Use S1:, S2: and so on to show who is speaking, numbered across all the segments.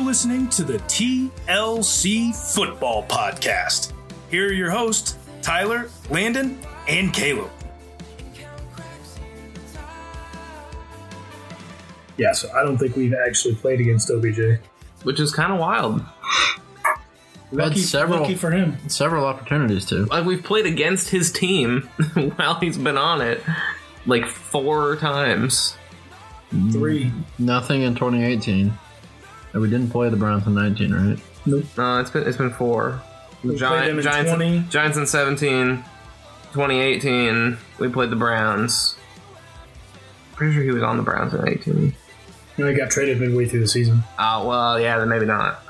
S1: listening to the TLC Football Podcast. Here are your hosts, Tyler, Landon, and Caleb.
S2: Yeah, so I don't think we've actually played against OBJ.
S3: which is kind of wild.
S2: Lucky,
S4: several.
S2: lucky for him.
S4: Several opportunities to.
S3: Like we've played against his team while he's been on it, like four times.
S2: Three.
S4: Nothing in 2018. And we didn't play the Browns in 19, right?
S3: No, it's been it's been four.
S2: We played them in
S3: Giants,
S2: 20.
S3: Giants in 17, 2018. We played the Browns. Pretty sure he was on the Browns in 18.
S2: And they got traded midway through the season.
S3: Uh, well, yeah, then maybe not.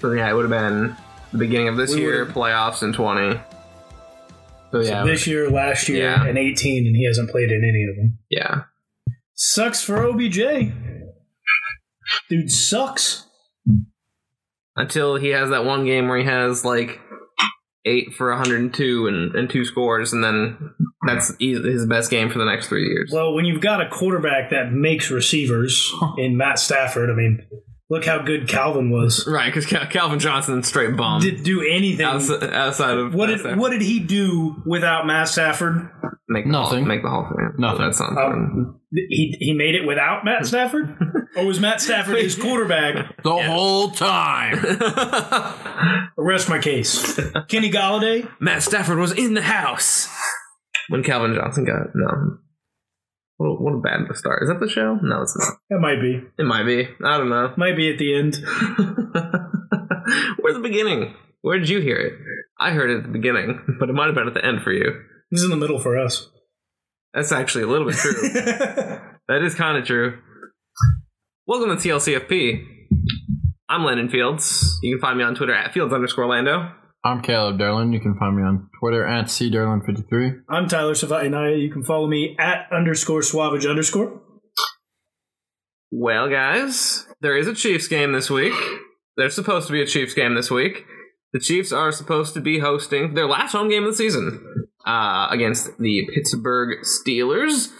S3: So yeah, it would have been the beginning of this
S2: We
S3: year,
S2: would've-
S3: playoffs in 20. So yeah,
S2: So this year, last year,
S3: Yeah.
S2: and 18, and he hasn't played in any of them.
S3: yeah.
S2: Sucks for OBJ. Dude sucks.
S3: until he has that one game where he has like eight for 102 and, and two scores, and then that's e- his best game for the next three years.
S2: Well, when you've got a quarterback that makes receivers in Matt Stafford, I mean, look how good Calvin was.
S3: Right, because Calvin Johnson straight bomb
S2: Didn't do anything.
S3: outside, of
S2: What
S3: outside-
S2: did what did he do without Matt Stafford?
S3: make the
S4: Nothing.
S3: Hall, make the Hall of Fame.
S4: Nothing.
S3: That's not important.
S2: Um, he he made it without Matt Stafford, or was Matt Stafford his quarterback?
S4: The whole time.
S2: Arrest my case. Kenny Galladay,
S3: Matt Stafford was in the house when Calvin Johnson got no. What a, what a bad start. Is that the show? No, it's not.
S2: that might be,
S3: It might be. I don't know.
S2: might be at the end.
S3: Where's the beginning? Where did you hear it? I heard it at the beginning, but it might have been at the end for you.
S2: He's in the middle for us.
S3: That's actually a little bit true. that is kind of true. Welcome to TLCFP. I'm Landon Fields. You can find me on Twitter at Fields underscore Lando.
S4: I'm Caleb Derlin. You can find me on Twitter at cderlin53.
S2: I'm Tyler Savatinaya. You can follow me at underscore suavage underscore.
S3: Well, guys, there is a Chiefs game this week. There's supposed to be a Chiefs game this week. The Chiefs are supposed to be hosting their last home game of the season uh, against the Pittsburgh Steelers.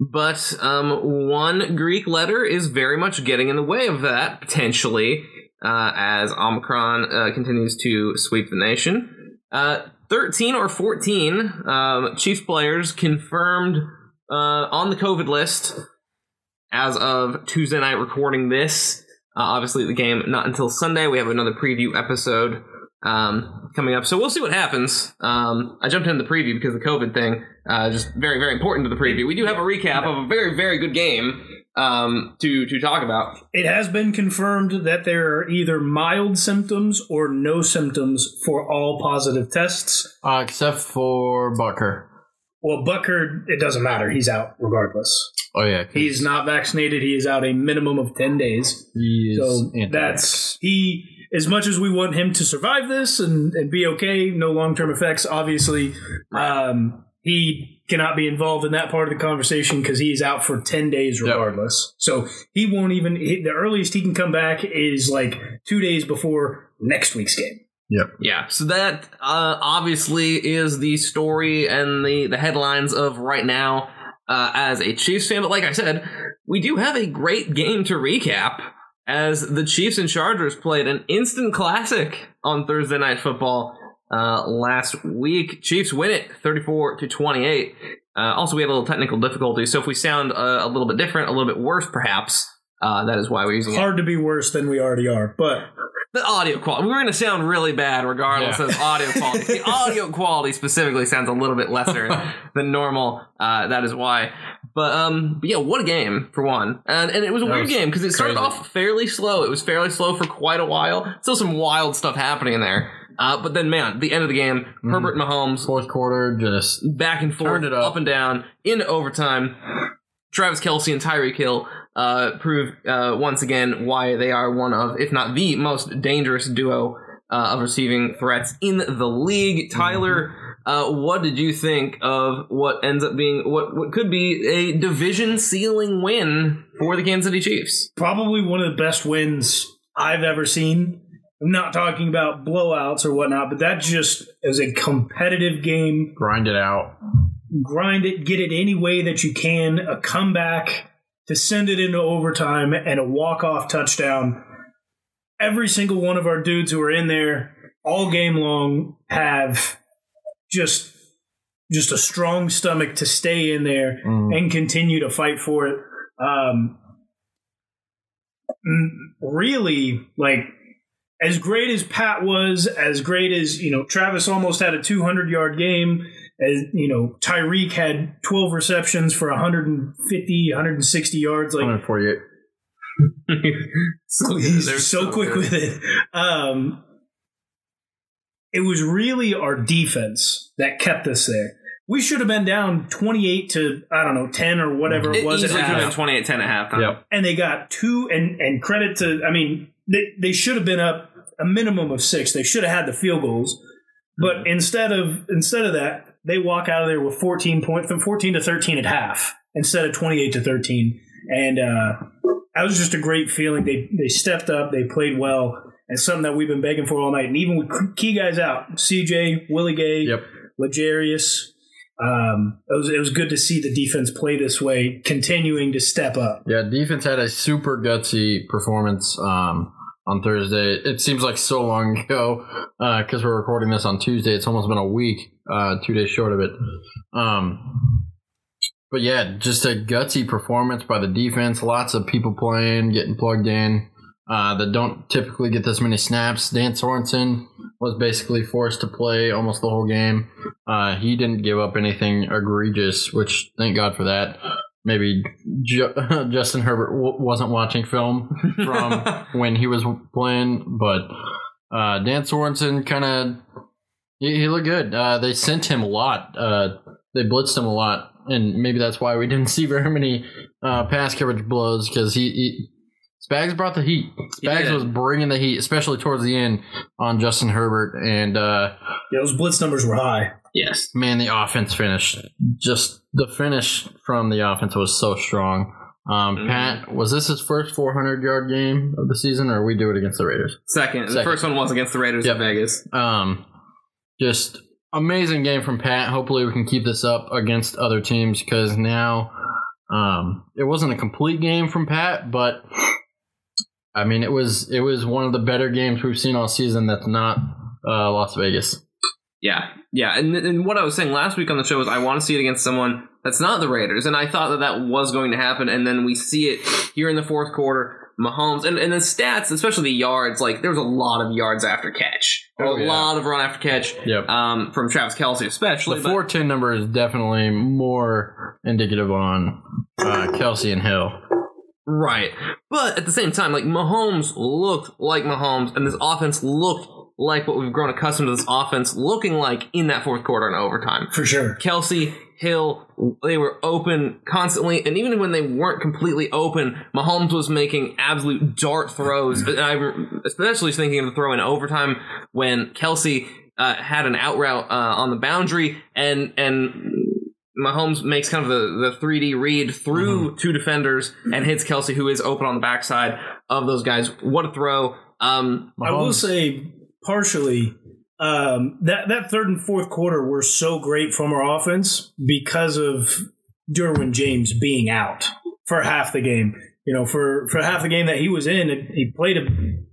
S3: But um, one Greek letter is very much getting in the way of that, potentially, uh, as Omicron uh, continues to sweep the nation. Uh, 13 or 14 um, Chiefs players confirmed uh, on the COVID list as of Tuesday night recording this. Uh, obviously, the game not until Sunday. We have another preview episode um, coming up, so we'll see what happens. Um, I jumped into the preview because the COVID thing uh, just very very important to the preview. We do have a recap of a very very good game um, to to talk about.
S2: It has been confirmed that there are either mild symptoms or no symptoms for all positive tests.
S4: Uh, except for Bucker.
S2: Well, Buckard, it doesn't matter. He's out regardless.
S4: Oh, yeah. 'cause
S2: He's not vaccinated. He is out a minimum of 10 days.
S4: he is
S2: So
S4: anti-vax.
S2: that's he. As much as we want him to survive this and, and be okay, no long term effects. Obviously, um, he cannot be involved in that part of the conversation because he is out for ten days
S4: Yep.
S2: regardless. So he won't even. He, the earliest he can come back is like two days before next week's game.
S3: Yeah, so that uh, obviously is the story and the the headlines of right now. Uh, as a Chiefs fan, but like I said, we do have a great game to recap. as the Chiefs and Chargers played an instant classic on Thursday Night Football uh, last week. Chiefs win it 34 to 28. Uh, also, we had a little technical difficulty, so if we sound uh, a little bit different, a little bit worse, perhaps. Uh, that is why we're using it.
S2: Hard to be worse than we already are, but
S3: the audio quality. We're going to sound really bad regardless
S4: Yeah.
S3: of audio quality. the audio quality specifically sounds a little bit lesser than normal. Uh, that is why. But um, but yeah, what a game for one, and, and it was a
S4: That
S3: weird
S4: was
S3: game because it started
S4: crazy.
S3: off fairly slow. It was fairly slow for quite a while. Still some wild stuff happening there. Uh, but then man, the end of the game,
S4: Mm-hmm.
S3: Herbert Mahomes
S4: Fourth quarter, just.
S3: back and forth,
S4: Turned it up.
S3: and down, into overtime. Travis Kelsey and Tyreek Hill uh, prove uh, once again why they are one of, if not the most dangerous duo uh, of receiving threats in the league. Tyler,
S4: Mm-hmm.
S3: uh, what did you think of what ends up being what, what could be a division ceiling win for the Kansas City Chiefs?
S2: probably one of the best wins I've ever seen. I'm not talking about blowouts or whatnot, but that just is a competitive game.
S4: Grind it out.
S2: grind it, get it any way that you can, a comeback to send it into overtime and a walk off touchdown. Every single one of our dudes who are in there all game long have just just a strong stomach to stay in there
S4: Mm.
S2: and continue to fight for it. Um, m- really, like as great as Pat was, as great as you know, Travis almost had a 200 yard game. As you know, Tyreek had 12 receptions for 150, 160 yards. Like
S4: 148.
S3: so
S2: He's
S3: Oh, they're
S2: so, quick
S3: good.
S2: with it. Um, it was really our defense that kept us there. We should have been down 28 to, I don't know, 10 or whatever it
S3: It
S2: was. at
S3: easily could have been
S2: half.
S3: 28 10 at halftime.
S4: Yep.
S2: And they got two, and, and credit to, I mean, they, they should have been up a minimum of six. They should have had the field goals. But instead of instead of that, they walk out of there with 14 points from 14 to 13 at half instead of 28 to 13. And uh, that was just a great feeling. They they stepped up, they played well, and something that we've been begging for all night. And even with key guys out, CJ, Willie Gay,
S4: Yep.
S2: Legarius, um, it was it was good to see the defense play this way, continuing to step up.
S4: Yeah, defense had a super gutsy performance um, on Thursday. It seems like so long ago because we're recording this on Tuesday. It's almost been a week, uh, two days short of it. Um, but yeah, just a gutsy performance by the defense. Lots of people playing, getting plugged in uh, that don't typically get this many snaps. Dan Sorensen was basically forced to play almost the whole game. Uh, he didn't give up anything egregious, which thank God for that. Maybe Ju- Justin Herbert w- wasn't watching film from when he was playing, but uh, Dan Sorensen kind of he, he looked good. Uh, they sent him a lot. Uh, they blitzed him a lot, and maybe that's why we didn't see very many uh, pass coverage blows because he, he Spags brought the heat.
S3: He
S4: Spags
S3: did.
S4: was bringing the heat, especially towards the end on Justin Herbert, and uh,
S2: Yeah, those blitz numbers were high.
S3: Yes.
S4: man, the offense finished. Just the finish from the offense was so strong. Um,
S3: Mhm.
S4: Pat, was this his first 400 yard game of the season, or we do it against the Raiders?
S3: Second, the
S4: Second.
S3: first one was against the Raiders
S4: Yep.
S3: in Vegas.
S4: Um, just amazing game from Pat. Hopefully, we can keep this up against other teams because now um, it wasn't a complete game from Pat, but I mean, it was it was one of the better games we've seen all season. That's not uh, Las Vegas.
S3: Yeah, yeah. And, and what I was saying last week on the show was I want to see it against someone that's not the Raiders, and I thought that that was going to happen, and then we see it here in the fourth quarter. Mahomes and, and the stats, especially the yards, like there was a lot of yards after catch,
S4: Oh,
S3: a
S4: yeah.
S3: lot of run after catch,
S4: Yep.
S3: um, from Travis Kelsey especially.
S4: The
S3: but-
S4: four ten number is definitely more indicative on uh, Kelsey and Hill.
S3: Right. But at the same time, like Mahomes looked like Mahomes, and this offense looked like what we've grown accustomed to this offense looking like in that fourth quarter and overtime.
S2: For sure.
S3: Kelsey, Hill, they were open constantly, and even when they weren't completely open, Mahomes was making absolute dart throws. And I'm especially thinking of the throw in overtime when Kelsey uh, had an out route uh, on the boundary, and and Mahomes makes kind of the, the 3D read through two defenders and hits Kelsey, who is open on the backside of those guys. What a throw! Um,
S2: I will
S4: Mahomes-
S2: say, partially, um, that that third and fourth quarter were so great from our offense because of Derwin James being out for half the game. You know, for for half the game that he was in, he played a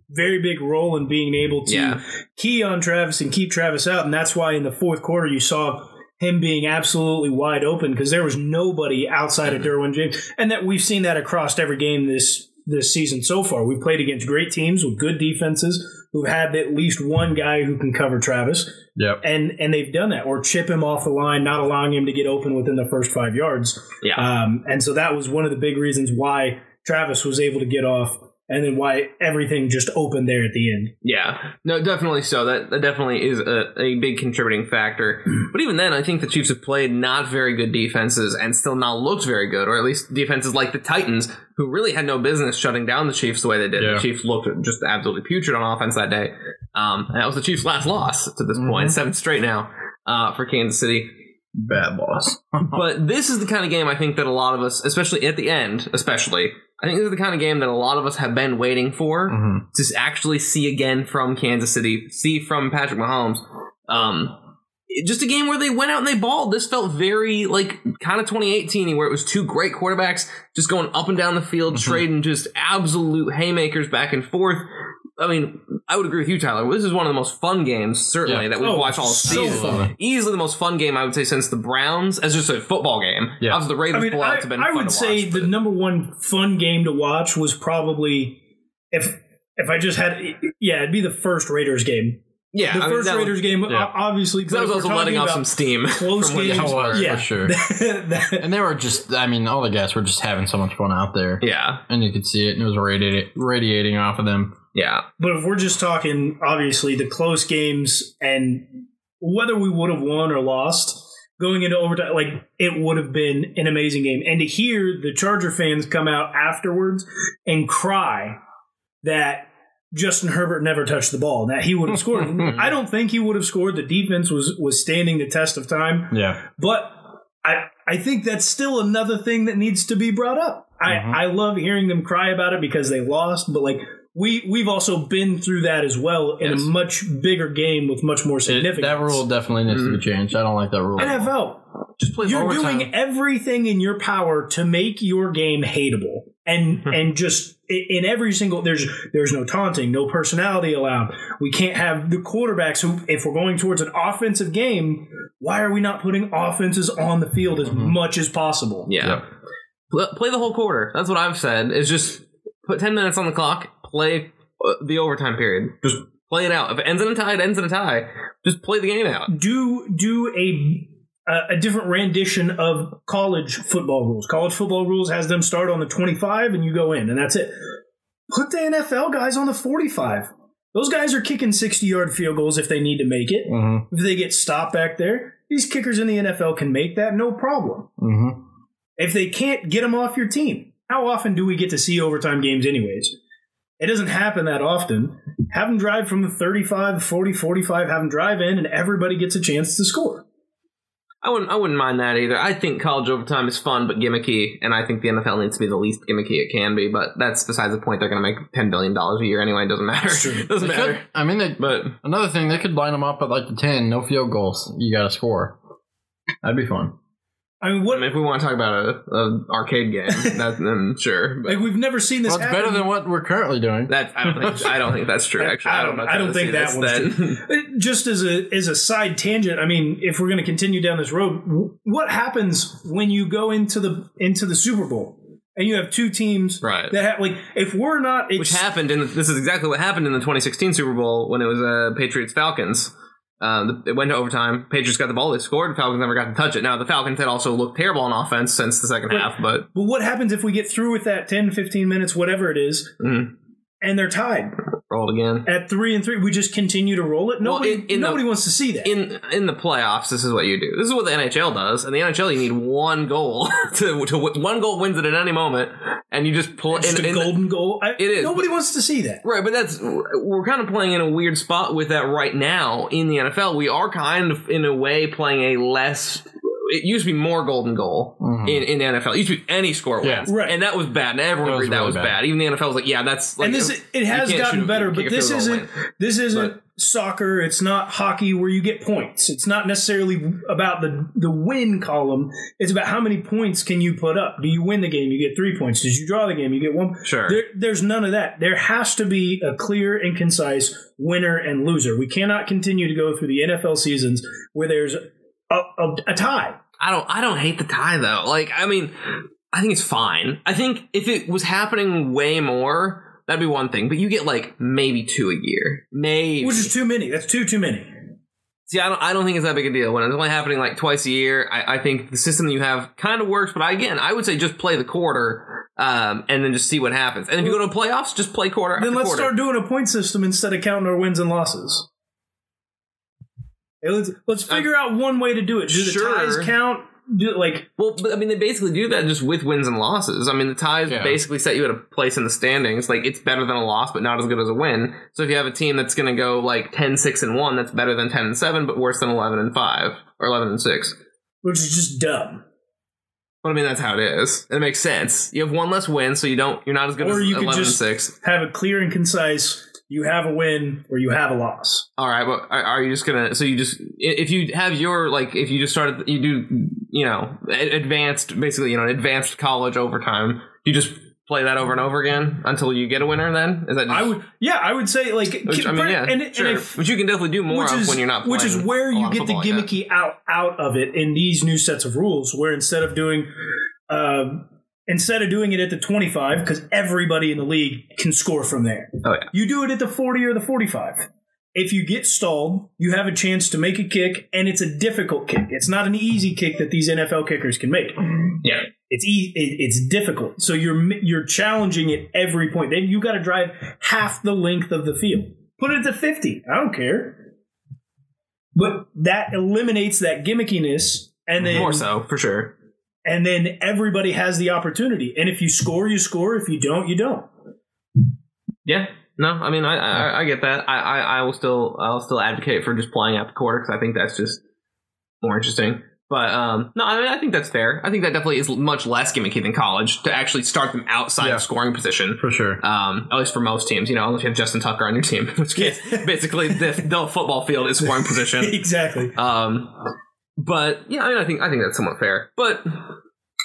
S2: very big role in being able to
S3: Yeah.
S2: key on Travis and keep Travis out, and that's why in the fourth quarter you saw. Him being absolutely wide open because there was nobody outside of Derwin James, and that we've seen that across every game this this season so far. We've played against great teams with good defenses who've had at least one guy who can cover Travis,
S4: Yep.
S2: and and they've done that or chip him off the line, not allowing him to get open within the first five yards.
S3: yeah.
S2: Um, and so that was one of the big reasons why Travis was able to get off, and then why everything just opened there at the end.
S3: Yeah, no, definitely so. That, that definitely is a, a big contributing factor.
S4: Mm-hmm.
S3: But even then, I think the Chiefs have played not very good defenses and still not looked very good, or at least defenses like the Titans, who really had no business shutting down the Chiefs the way they did.
S4: Yeah.
S3: The Chiefs looked just absolutely putrid on offense that day. Um, and that was the Chiefs' last loss to this
S4: Mm-hmm.
S3: point, seventh straight now uh, for Kansas City.
S4: Bad loss.
S3: But this is the kind of game I think that a lot of us, especially at the end, especially, I think this is the kind of game that a lot of us have been waiting for
S4: Mhm.
S3: to actually see again from Kansas City, see from Patrick Mahomes. Um, just a game where they went out and they balled. This felt very like kind of 2018 where it was two great quarterbacks just going up and down the field,
S4: Mm-hmm.
S3: trading just absolute haymakers back and forth. I mean, I would agree with you, Tyler. This is one of the most fun games, certainly,
S4: Yeah.
S3: that we've
S2: Oh,
S3: watched all
S2: so
S3: season.
S4: fun.
S3: Easily the most fun game I would say since the Browns as just a football game.
S4: Yeah.
S3: Obviously, the
S2: I
S3: Ravens
S2: mean, I,
S3: blowouts have been
S2: I
S3: fun
S2: would
S3: to
S2: say
S3: watch,
S2: the
S3: but-
S2: number one fun game to watch was probably if if I just had yeah, it'd be the first Raiders game.
S3: yeah,
S2: The
S3: I mean,
S2: first
S3: that was-
S2: Raiders game,
S4: yeah.
S2: o- obviously.
S3: Because that was
S2: but if
S3: also
S2: we're
S3: letting
S2: talking
S3: off
S2: about
S3: some steam.
S2: close
S3: where the-
S2: games.
S4: That was,
S2: Yeah.
S4: for sure.
S2: that-
S4: And they were just, I mean, all the guys were just having so much fun out there.
S3: Yeah,
S4: And you could see it, and it was radiating, radiating off of them.
S3: yeah.
S2: but if we're just talking, obviously the close games and whether we would have won or lost going into overtime, like it would have been an amazing game. And to hear the Charger fans come out afterwards and cry that Justin Herbert never touched the ball, that he would have scored. I don't think he would have scored. The defense was was standing the test of time.
S4: Yeah.
S2: But I I think that's still another thing that needs to be brought up. I,
S4: Mhm.
S2: I love hearing them cry about it because they lost, but like we we've also been through that as well in
S3: Yes.
S2: a much bigger game with much more
S4: It,
S2: significance.
S4: that rule definitely needs to be changed. I don't like that rule.
S2: NFL.
S4: Just play
S2: You're doing everything in your power to make your game hateable, and and just i- in every single there's there's no taunting, no personality allowed. We can't have the quarterbacks who, if we're going towards an offensive game, why are we not putting offenses on the field as much as possible?
S3: Yeah.
S4: Yep.
S3: Pl- Play the whole quarter. That's what I've said. Is just put 10 minutes on the clock, play uh, the overtime period. Just play it out. If it ends in a tie, it ends in a tie. Just play the game out.
S2: do do a a a different rendition of college football rules. College football rules has them start on the 25 and you go in and that's it. Put the NFL guys on the 45. Those guys are kicking 60-yard field goals if they need to make it.
S4: Mm-hmm.
S2: If they get stopped back there, these kickers in the NFL can make that no problem.
S4: Mm-hmm.
S2: If they can't get them off your team. How often do we get to see overtime games anyways? It doesn't happen that often. Have them drive from the 35, 40, 45, have them drive in and everybody gets a chance to score.
S3: I wouldn't. I wouldn't mind that either. I think college overtime is fun but gimmicky, and I think the NFL needs to be the least gimmicky it can be. But that's besides the point. They're going to make 10 billion dollars a year anyway. It doesn't matter.
S2: That's true.
S3: doesn't matter.
S4: I mean, they,
S3: But
S4: another thing, they could line them up at like the 10, no field goals. You got to score. That'd be fun.
S2: I mean,
S3: I
S2: what
S3: mean, if we want to talk about a, a arcade game, that, then sure. But
S2: like we've never seen this.
S4: Well, it's
S2: happen.
S4: better than what we're currently doing.
S3: that I don't think. I don't think that's true. Actually,
S2: I don't.
S3: know if
S2: I don't
S3: I'd say
S2: think that
S3: this
S2: one's
S3: then.
S2: true. It- Uh, Just as a as a side tangent, I mean, if we're going to continue down this road, wh- what happens when you go into the into the Super Bowl and you have two teams
S3: Right.
S2: that have like if we're not
S3: which
S2: ex-
S3: happened in this is exactly what happened in the 2016 Super Bowl when it was uh, Patriots Falcons. Uh, the- it went to overtime. Patriots got the ball. They scored. Falcons never got to touch it. Now the Falcons had also looked terrible on offense since the second half, but
S2: but what happens if we get through with that 10, 15 minutes, whatever it is,
S4: Mm-hmm.
S3: mm,
S2: and they're tied
S3: rolled again.
S2: at three and three? We just continue to roll it.
S3: Well,
S2: Nobody
S3: in- in the-
S2: nobody wants to see that.
S3: In in the playoffs, this is what you do. This is what the NHL does. In the NHL, you need one goal to, to win- one goal wins it at any moment, and you just pull.
S2: just
S3: in,
S2: a
S3: in the-
S2: golden goal. I,
S3: it is,
S2: Nobody wants to see that.
S3: Right, but that's we're kind of playing in a weird spot with that right now in the NFL. We are kind of in a way playing a less. It used to be more golden goal
S4: Mhm.
S3: in, in the NFL. It used to be any score
S4: Yeah.
S3: wins,
S2: Right.
S3: And that was bad. And everyone
S4: That was
S3: agreed that
S4: really
S3: was
S4: bad.
S3: bad. Even the NFL was like, "Yeah, that's." Like,
S2: and this it has
S3: can't shoot
S2: gotten
S3: a-
S2: better,
S3: kick
S2: but
S3: a
S2: this
S3: field goal
S2: isn't this isn't
S3: But-
S2: soccer. It's not hockey where you get points. It's not necessarily about the the win column. It's about how many points can you put up. Do you win the game? You get three points. Did you draw the game? You get one.
S3: Sure.
S2: There, there's none of that. There has to be a clear and concise winner and loser. We cannot continue to go through the NFL seasons where there's a, a, a tie.
S3: I don't. I don't hate the tie though. Like, I mean, I think it's fine. I think if it was happening way more. That'd be one thing, but you get like maybe two a year, maybe
S2: Which is too many. That's too too many.
S3: See, I don't, I don't think it's that big a deal. When it's only happening like twice a year, I, I think the system that you have kind of works. But I, again, I would say just play the quarter um, and then just see what happens. And if you go to playoffs, just play quarter after
S2: Then let's
S3: quarter.
S2: start doing a point system instead of counting our wins and losses. Hey, let's let's figure out one way to do it. Do the
S3: Uh, Sure.
S2: ties count? Do, like
S3: well, but, I mean, they basically do that just with wins and losses. I mean, the ties
S4: Yeah.
S3: basically set you at a place in the standings. Like, it's better than a loss, but not as good as a win. So if you have a team that's going to go like 10, 6, and 1, that's better than 10 and 7, but worse than 11 and 5 or 11 and 6.
S2: which is just dumb.
S3: But I mean, that's how it is. It makes sense. You have one less win, so you don't. You're not as good
S2: Or
S3: as
S2: you could
S3: eleven
S2: just-
S3: and six.
S2: Have a clear and concise you have a win or you have a loss.
S3: All right, but are, are you just gonna? So you just i- if you have your like if you just started you do you know a- advanced basically you know an advanced college overtime. You just play that over and over again until you get a winner. Then is that just,
S2: I would, yeah, I would say like,
S3: Which, I mean, yeah,
S2: and, and
S3: sure.
S2: if-
S3: which you can definitely do more
S2: which
S3: of
S2: is
S3: when you're not.
S2: which is
S3: playing
S2: where
S3: a lot
S2: you
S3: of
S2: get the
S3: football like that.
S2: gimmicky out out of it in these new sets of rules, where instead of doing um instead of doing it at the 25 because everybody in the league can score from there
S3: Oh yeah.
S2: you do it at the 40 or the 45 if you get stalled you have a chance to make a kick and it's a difficult kick it's not an easy kick that these nfl kickers can make
S3: Yeah.
S2: it's e- it, it's difficult. So you're mi- you're challenging at every point. Then you got to drive half the length of the field. Put it to fifty. I don't care. But that eliminates that gimmickiness, and then
S3: More so for sure.
S2: and then everybody has the opportunity. And if you score, you score. If you don't, you don't.
S3: Yeah. No, I mean I I, I get that. I, I I will still I'll still advocate for just playing out the quarter because I think that's just more interesting. But um, no, I mean I think that's fair. I think that definitely is much less gimmicky than college to actually start them outside
S4: Yeah.
S3: of scoring position.
S4: for sure.
S3: Um, at least for most teams, you know, unless you have Justin Tucker on your team, which case basically the, the football field is scoring position.
S2: Exactly.
S3: Um, but yeah, I mean, I think I think that's somewhat fair. But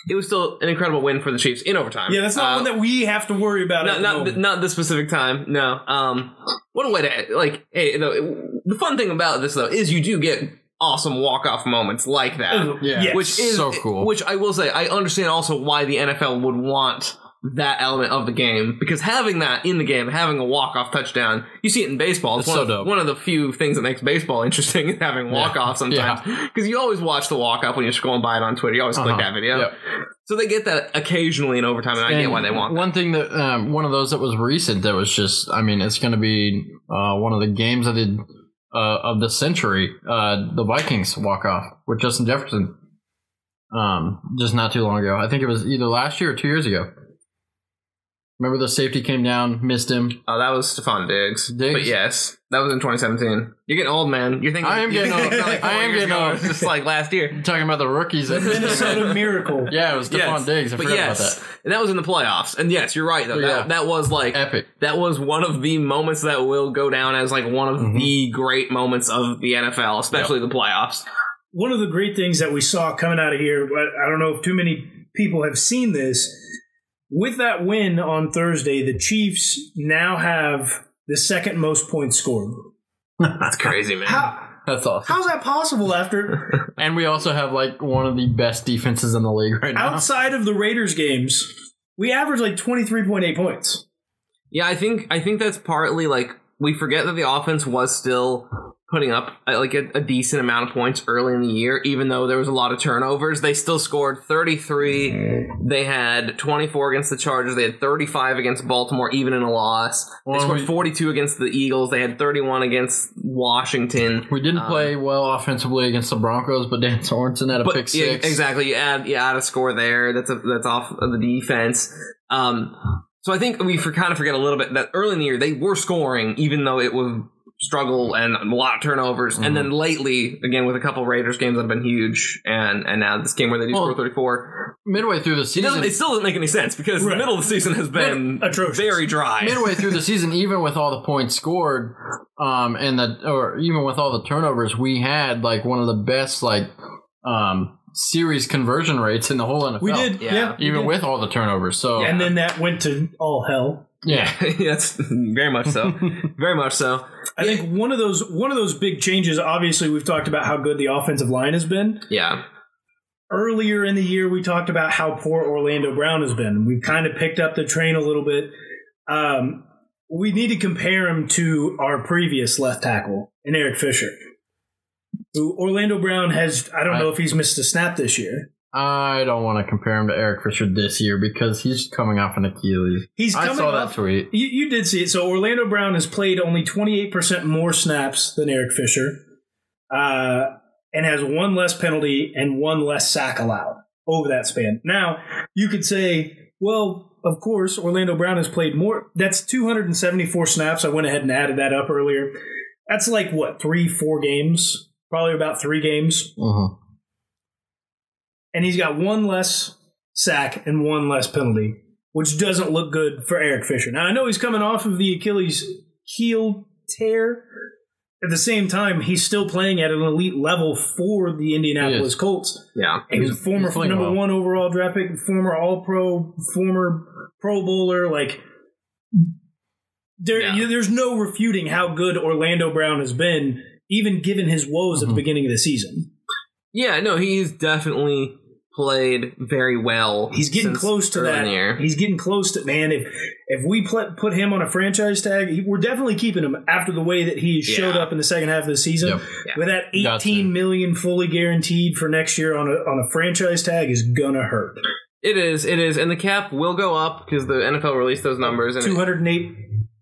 S3: it was still an incredible win for the Chiefs in overtime.
S2: Yeah, that's not
S3: Uh,
S2: one that we have to worry about. at
S3: not
S2: the
S3: not,
S2: moment.
S3: th- not this specific time. No. Um, what a way to like. Hey, though, the fun thing about this though is you do get awesome walk off moments like that,
S4: Yeah.
S2: Yes.
S3: which is
S4: so cool.
S3: Which I will say, I understand also why the NFL would want that element of the game because having that in the game, having a walk off touchdown, you see it in baseball. It's
S4: That's
S3: one,
S4: so
S3: of-
S4: dope.
S3: one of the few things that makes baseball interesting is having walk off sometimes because you always watch the walk off when you're scrolling by it on Twitter. You always click
S4: Uh-huh.
S3: that video.
S4: Yep.
S3: So they get that occasionally in overtime, and, I get
S4: And
S3: why they want.
S4: One thing that um, one of those that was recent that was just I mean it's going to be uh, one of the games of the uh, of the century. Uh, the Vikings walk off with Justin Jefferson. Um, just not too long ago. I think it was either last year or two years ago. Remember the safety came down, missed him.
S3: Oh, that was Stefan Diggs.
S4: Diggs?
S3: But yes, that was in 2017. You're getting old, man. You're thinking.
S4: I am
S3: you're
S4: getting
S3: thinking
S4: old.
S3: about, like, four
S4: I am
S3: years
S4: getting
S3: ago.
S4: old.
S3: It's just like last year.
S4: Talking about the rookies.
S2: Minnesota Miracle.
S4: yeah, it was Stephon
S3: Yes.
S4: Diggs. I
S3: But
S4: forgot
S3: yes,
S4: about
S3: and that was in the playoffs. And yes, you're right though. That,
S4: Yeah.
S3: that was like
S4: that. Epic.
S3: that was one of the moments that will go down as like one of
S4: Mhm.
S3: the great moments of the NFL, especially the playoffs.
S2: one of the great things that we saw coming out of here, I I don't know if too many people have seen this. With that win on Thursday, the Chiefs now have the second most points scored.
S3: That's crazy, man.
S2: How,
S4: That's awesome.
S2: how's that possible after
S4: And we also have like one of the best defenses in the league right now.
S2: outside of the Raiders games, we average like 23.8 points?
S3: Yeah, I think I think that's partly like we forget that the offense was still putting up uh, like a, a decent amount of points early in the year, even though there was a lot of turnovers. They still scored 33. They had 24 against the Chargers. They had 35 against Baltimore, even in a loss. They
S4: Well,
S3: scored
S4: we-
S3: 42 against the Eagles. They had 31 against Washington.
S4: We
S2: Um,
S4: didn't play well offensively against the Broncos, but Dan Sorensen had a
S3: But
S4: pick
S3: yeah,
S4: six.
S3: exactly. You add you add a score there. That's a, that's off of the defense. Um, so I think we for, kind of forget a little bit that early in the year they were scoring, even though it was struggle and a lot of turnovers. And
S4: Mm-hmm.
S3: then lately, again with a couple Raiders games that have been huge, and and now this game where they do
S4: Well,
S3: score thirty four,
S4: Midway through the
S3: it
S4: season,
S3: doesn't. It still doesn't make any sense because the
S2: Right.
S3: middle of the season has been
S2: Atrocious.
S3: very dry.
S4: midway through the season, even with all the points scored, um, and the or even with all the turnovers, we had like one of the best like um series conversion rates in the whole NFL.
S2: We did,
S3: Yeah.
S2: Oh, yeah. we
S4: even
S2: did.
S4: with all the turnovers. So yeah,
S2: And then that went to all hell.
S3: That's very much so. very much so.
S2: I think one of those one of those big changes. Obviously, we've talked about how good the offensive line has been.
S3: Yeah.
S2: earlier in the year we talked about how poor Orlando Brown has been. We've kind of picked up the train a little bit. Um, we need to compare him to our previous left tackle, and Eric Fisher. Who Orlando Brown has I don't know if he's missed a snap this year.
S4: I don't want to compare him to Eric Fisher this year because he's coming off an Achilles.
S2: He's coming
S4: I saw that
S2: off-
S4: tweet.
S2: You, you did see it. So Orlando Brown has played only 28% more snaps than Eric Fisher uh, and has one less penalty and one less sack allowed over that span. Now, you could say, well, of course, Orlando Brown has played more. That's 274 snaps. I went ahead and added that up earlier. That's like, what, three, four games? Probably about three games.
S4: Mhm.
S2: And he's got one less sack and one less penalty, which doesn't look good for Eric Fisher. Now, I know he's coming off of the Achilles heel tear. At the same time, he's still playing at an elite level for the Indianapolis
S4: is.
S2: Colts.
S3: Yeah.
S2: He was a
S4: He's-
S2: former
S4: he's playing
S2: number
S4: well.
S2: one overall draft pick, former All Pro, former Pro Bowler. Like there,
S3: Yeah.
S2: you- there's no refuting how good Orlando Brown has been, even given his woes
S4: Mm-hmm.
S2: at the beginning of the season.
S3: Yeah, no, he's definitely played very well.
S2: He's getting
S3: since
S2: close to
S3: early in
S2: that.
S3: the year.
S2: He's getting close to man. If if we pl- put him on a franchise tag, he- we're definitely keeping him after the way that he showed
S3: Yeah.
S2: up in the second half of the season.
S4: Yep.
S3: Yeah.
S2: With that
S4: Got to.
S2: eighteen million fully guaranteed for next year on a on a franchise tag is gonna hurt.
S3: It is, it is, and the cap will go up because the NFL released those numbers, and
S2: Two
S3: it,
S2: hundred and eight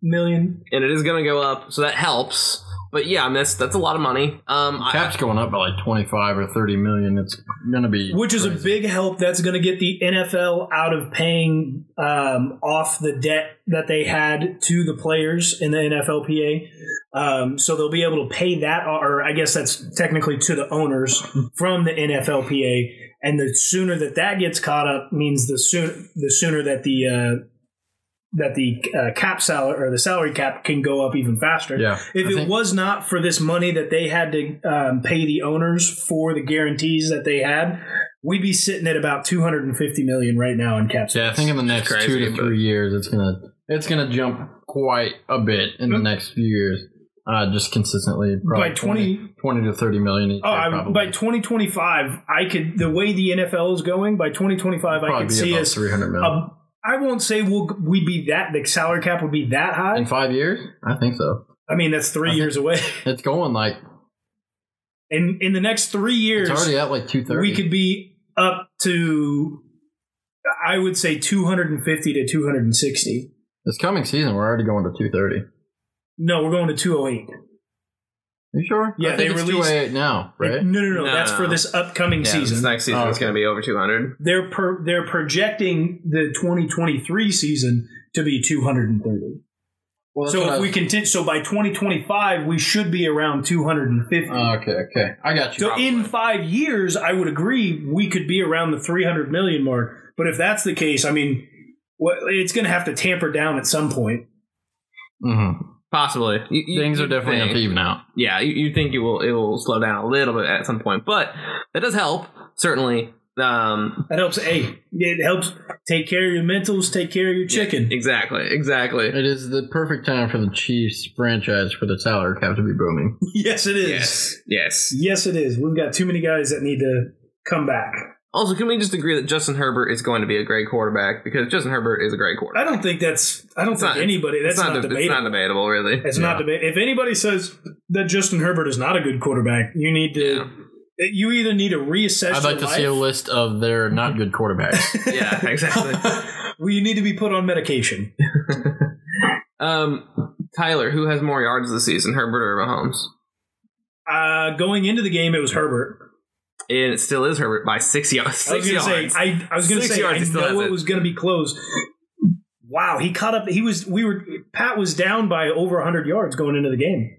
S2: million
S3: and it is going to go up, so that helps. But yeah, I mean, that's that's a lot of money. Um, I,
S4: Cap's going up by like 25 or 30 million. It's going to be.
S2: which is a big help. That's going to get the NFL out of paying um, off the debt that they had to the players in the NFLPA. Um, so they'll be able to pay that, or I guess that's technically to the owners from the NFLPA. And the sooner that that gets caught up means the soon the sooner that the uh, that the uh, cap salary or the salary cap can go up even faster.
S4: Yeah.
S2: If
S4: I
S2: it
S4: think-
S2: was not for this money that they had to um, pay the owners for the guarantees that they had, we'd be sitting at about 250 million right now in cap space.
S4: Yeah, I think in the next
S3: crazy,
S4: two to
S3: but-
S4: three years, it's gonna it's gonna jump quite a bit in the next few years. Uh, just consistently, probably
S2: Hmm. By 20
S4: 20 to thirty million. each
S2: Oh,
S4: year,
S2: I,
S4: probably.
S2: by 2025, I could the way the NFL is going by 2025, I
S4: Probably
S2: could
S4: be
S2: see
S4: about
S2: us.
S4: three hundred million
S2: I I won't say we'll we'd be that the salary cap would be that
S4: in
S2: high.
S4: five years. I think so.
S2: I mean, that's three
S4: I think-
S2: years away.
S4: It's going like
S2: In in the next three years,
S4: it's already at like two thirty.
S2: we could be up to. I would say 250 to 260.
S4: This coming season, we're already going to two thirty.
S2: No, we're going to 208.
S4: You sure?
S2: Yeah,
S4: I
S2: they
S4: think it's
S2: released-
S4: two eight now, right?
S2: No, no, no,
S3: No,
S2: That's
S3: no,
S2: for
S3: no.
S2: this upcoming
S3: yeah,
S2: season.
S3: this next season
S4: Oh,
S3: is going to be over two hundred.
S2: they're per, they're projecting the 2023 season to be 230.
S4: Well, that's what
S2: So
S4: I
S2: if we
S4: was-
S2: continue, so by 2025 we should be around 250.
S4: Oh, okay, okay, I got you.
S2: so in five years, I would agree we could be around the 300 million mark. But if that's the case, I mean, what, it's going to have to tamper down at some point.
S4: Mhm.
S3: Possibly, You- you-
S4: Things are
S3: you'd
S4: definitely
S3: think.
S4: gonna even out.
S3: yeah, you, you think it will it will slow down a little bit at some point, but that does help certainly. Um,
S2: That helps. Hey, it helps take care of your mentals, take care of your chicken.
S3: exactly, exactly.
S4: It is the perfect time for the Chiefs franchise for the salary cap to be booming.
S2: yes, it is.
S3: Yes, yes.
S2: Yes, it is. We've got too many guys that need to come back.
S3: Also, can we just agree that Justin Herbert is going to be a great quarterback because Justin Herbert is a great
S2: I
S3: quarterback.
S2: don't think that's. I don't
S3: not-
S2: think anybody. That's
S3: it's
S2: not,
S3: not, deb- it's
S2: debatable.
S3: not debatable, really.
S2: It's not debate. If anybody says that Justin Herbert is not a good quarterback, you need to. You either need to reassess.
S4: I'd like to
S2: your
S4: see a
S2: life,
S4: list of their not good quarterbacks.
S3: yeah, exactly.
S2: Well, you need to be put on medication.
S3: Um, Tyler, who has more yards this season, Herbert or Mahomes?
S2: Uh, going into the game, it was Herbert.
S3: And it still is Herbert by six yards.
S2: I was
S3: Six
S2: going to
S3: yards.
S2: say. I, I was going to
S3: Six
S2: say.
S3: yards,
S2: I
S3: he still
S2: know
S3: has
S2: it,
S3: it.
S2: was going to be close. Wow, he caught up. He was. We were. Pat was down by over 100 yards going into the game.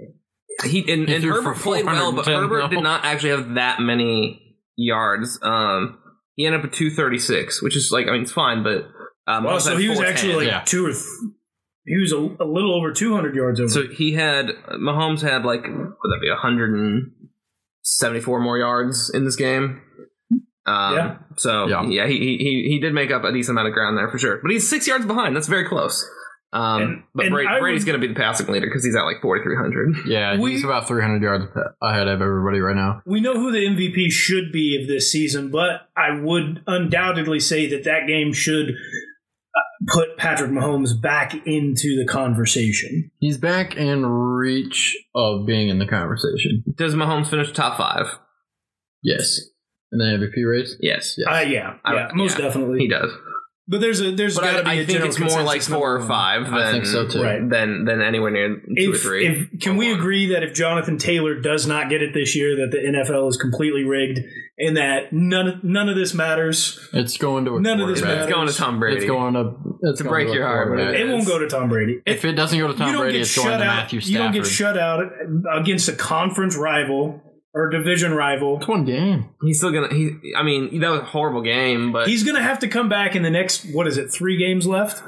S3: he and,
S4: He
S3: and
S4: threw
S3: Herbert
S4: for
S3: played well, but
S4: 410
S3: Herbert
S4: now.
S3: did not actually have that many yards. Um, he ended up at two thirty six, which is like I mean it's fine, but um,
S2: Well,
S3: Mahomes
S2: so
S3: had
S2: he was
S3: 410.
S2: actually like
S4: Yeah.
S2: two or th- he was a, a little over 200 yards over.
S3: So he had Mahomes had like would that be 174 more yards in this game. Um,
S2: Yeah.
S3: So yeah,
S4: Yeah.
S3: he, he he he did make up a decent amount of ground there for sure, but he's six yards behind. That's very close. Um,
S2: And-
S3: but
S2: and
S3: Brady,
S2: I
S3: Brady's
S2: would-
S3: going to be the passing leader because he's at like 4,300.
S4: yeah,
S2: We-
S4: he's about 300 yards ahead of everybody right now.
S2: we know who the MVP should be of this season, but I would undoubtedly say that that game should uh, put Patrick Mahomes back into the conversation.
S4: He's back in reach of being in the conversation.
S3: Does Mahomes finish top five?
S4: Yes. In the MVP race?
S3: Yes,
S4: Yeah.
S2: Uh, yeah,
S3: I-
S2: yeah, most
S3: yeah,
S2: definitely.
S3: he does.
S2: But there's a there's
S3: But
S2: got to be
S3: I,
S2: a
S3: I think
S2: general
S3: it's more like
S2: consensus number
S3: four or
S2: one.
S3: five. Than,
S4: I think so than- too.
S2: Right.
S3: Than than anywhere near two or
S2: If,
S3: three.
S2: if can we
S3: one.
S2: agree that if Jonathan Taylor does not get it this year, that the NFL is completely rigged and that none none of this matters.
S4: It's going to a
S2: None of this
S4: quarterback.
S3: it's going to Tom Brady.
S4: It's going to it's
S3: To
S4: going
S3: break
S4: a
S3: your heart,
S4: quarterback.
S3: but
S2: It won't go to Tom Brady.
S4: If it doesn't go to Tom Brady, it's going to Matthew
S2: You
S4: Stafford.
S2: don't get shut out against a conference rival or division rival.
S4: it's one game.
S3: He's still gonna. He. I mean, that was a horrible game, but
S2: He's going to have to come back in the next, what is it, three games left?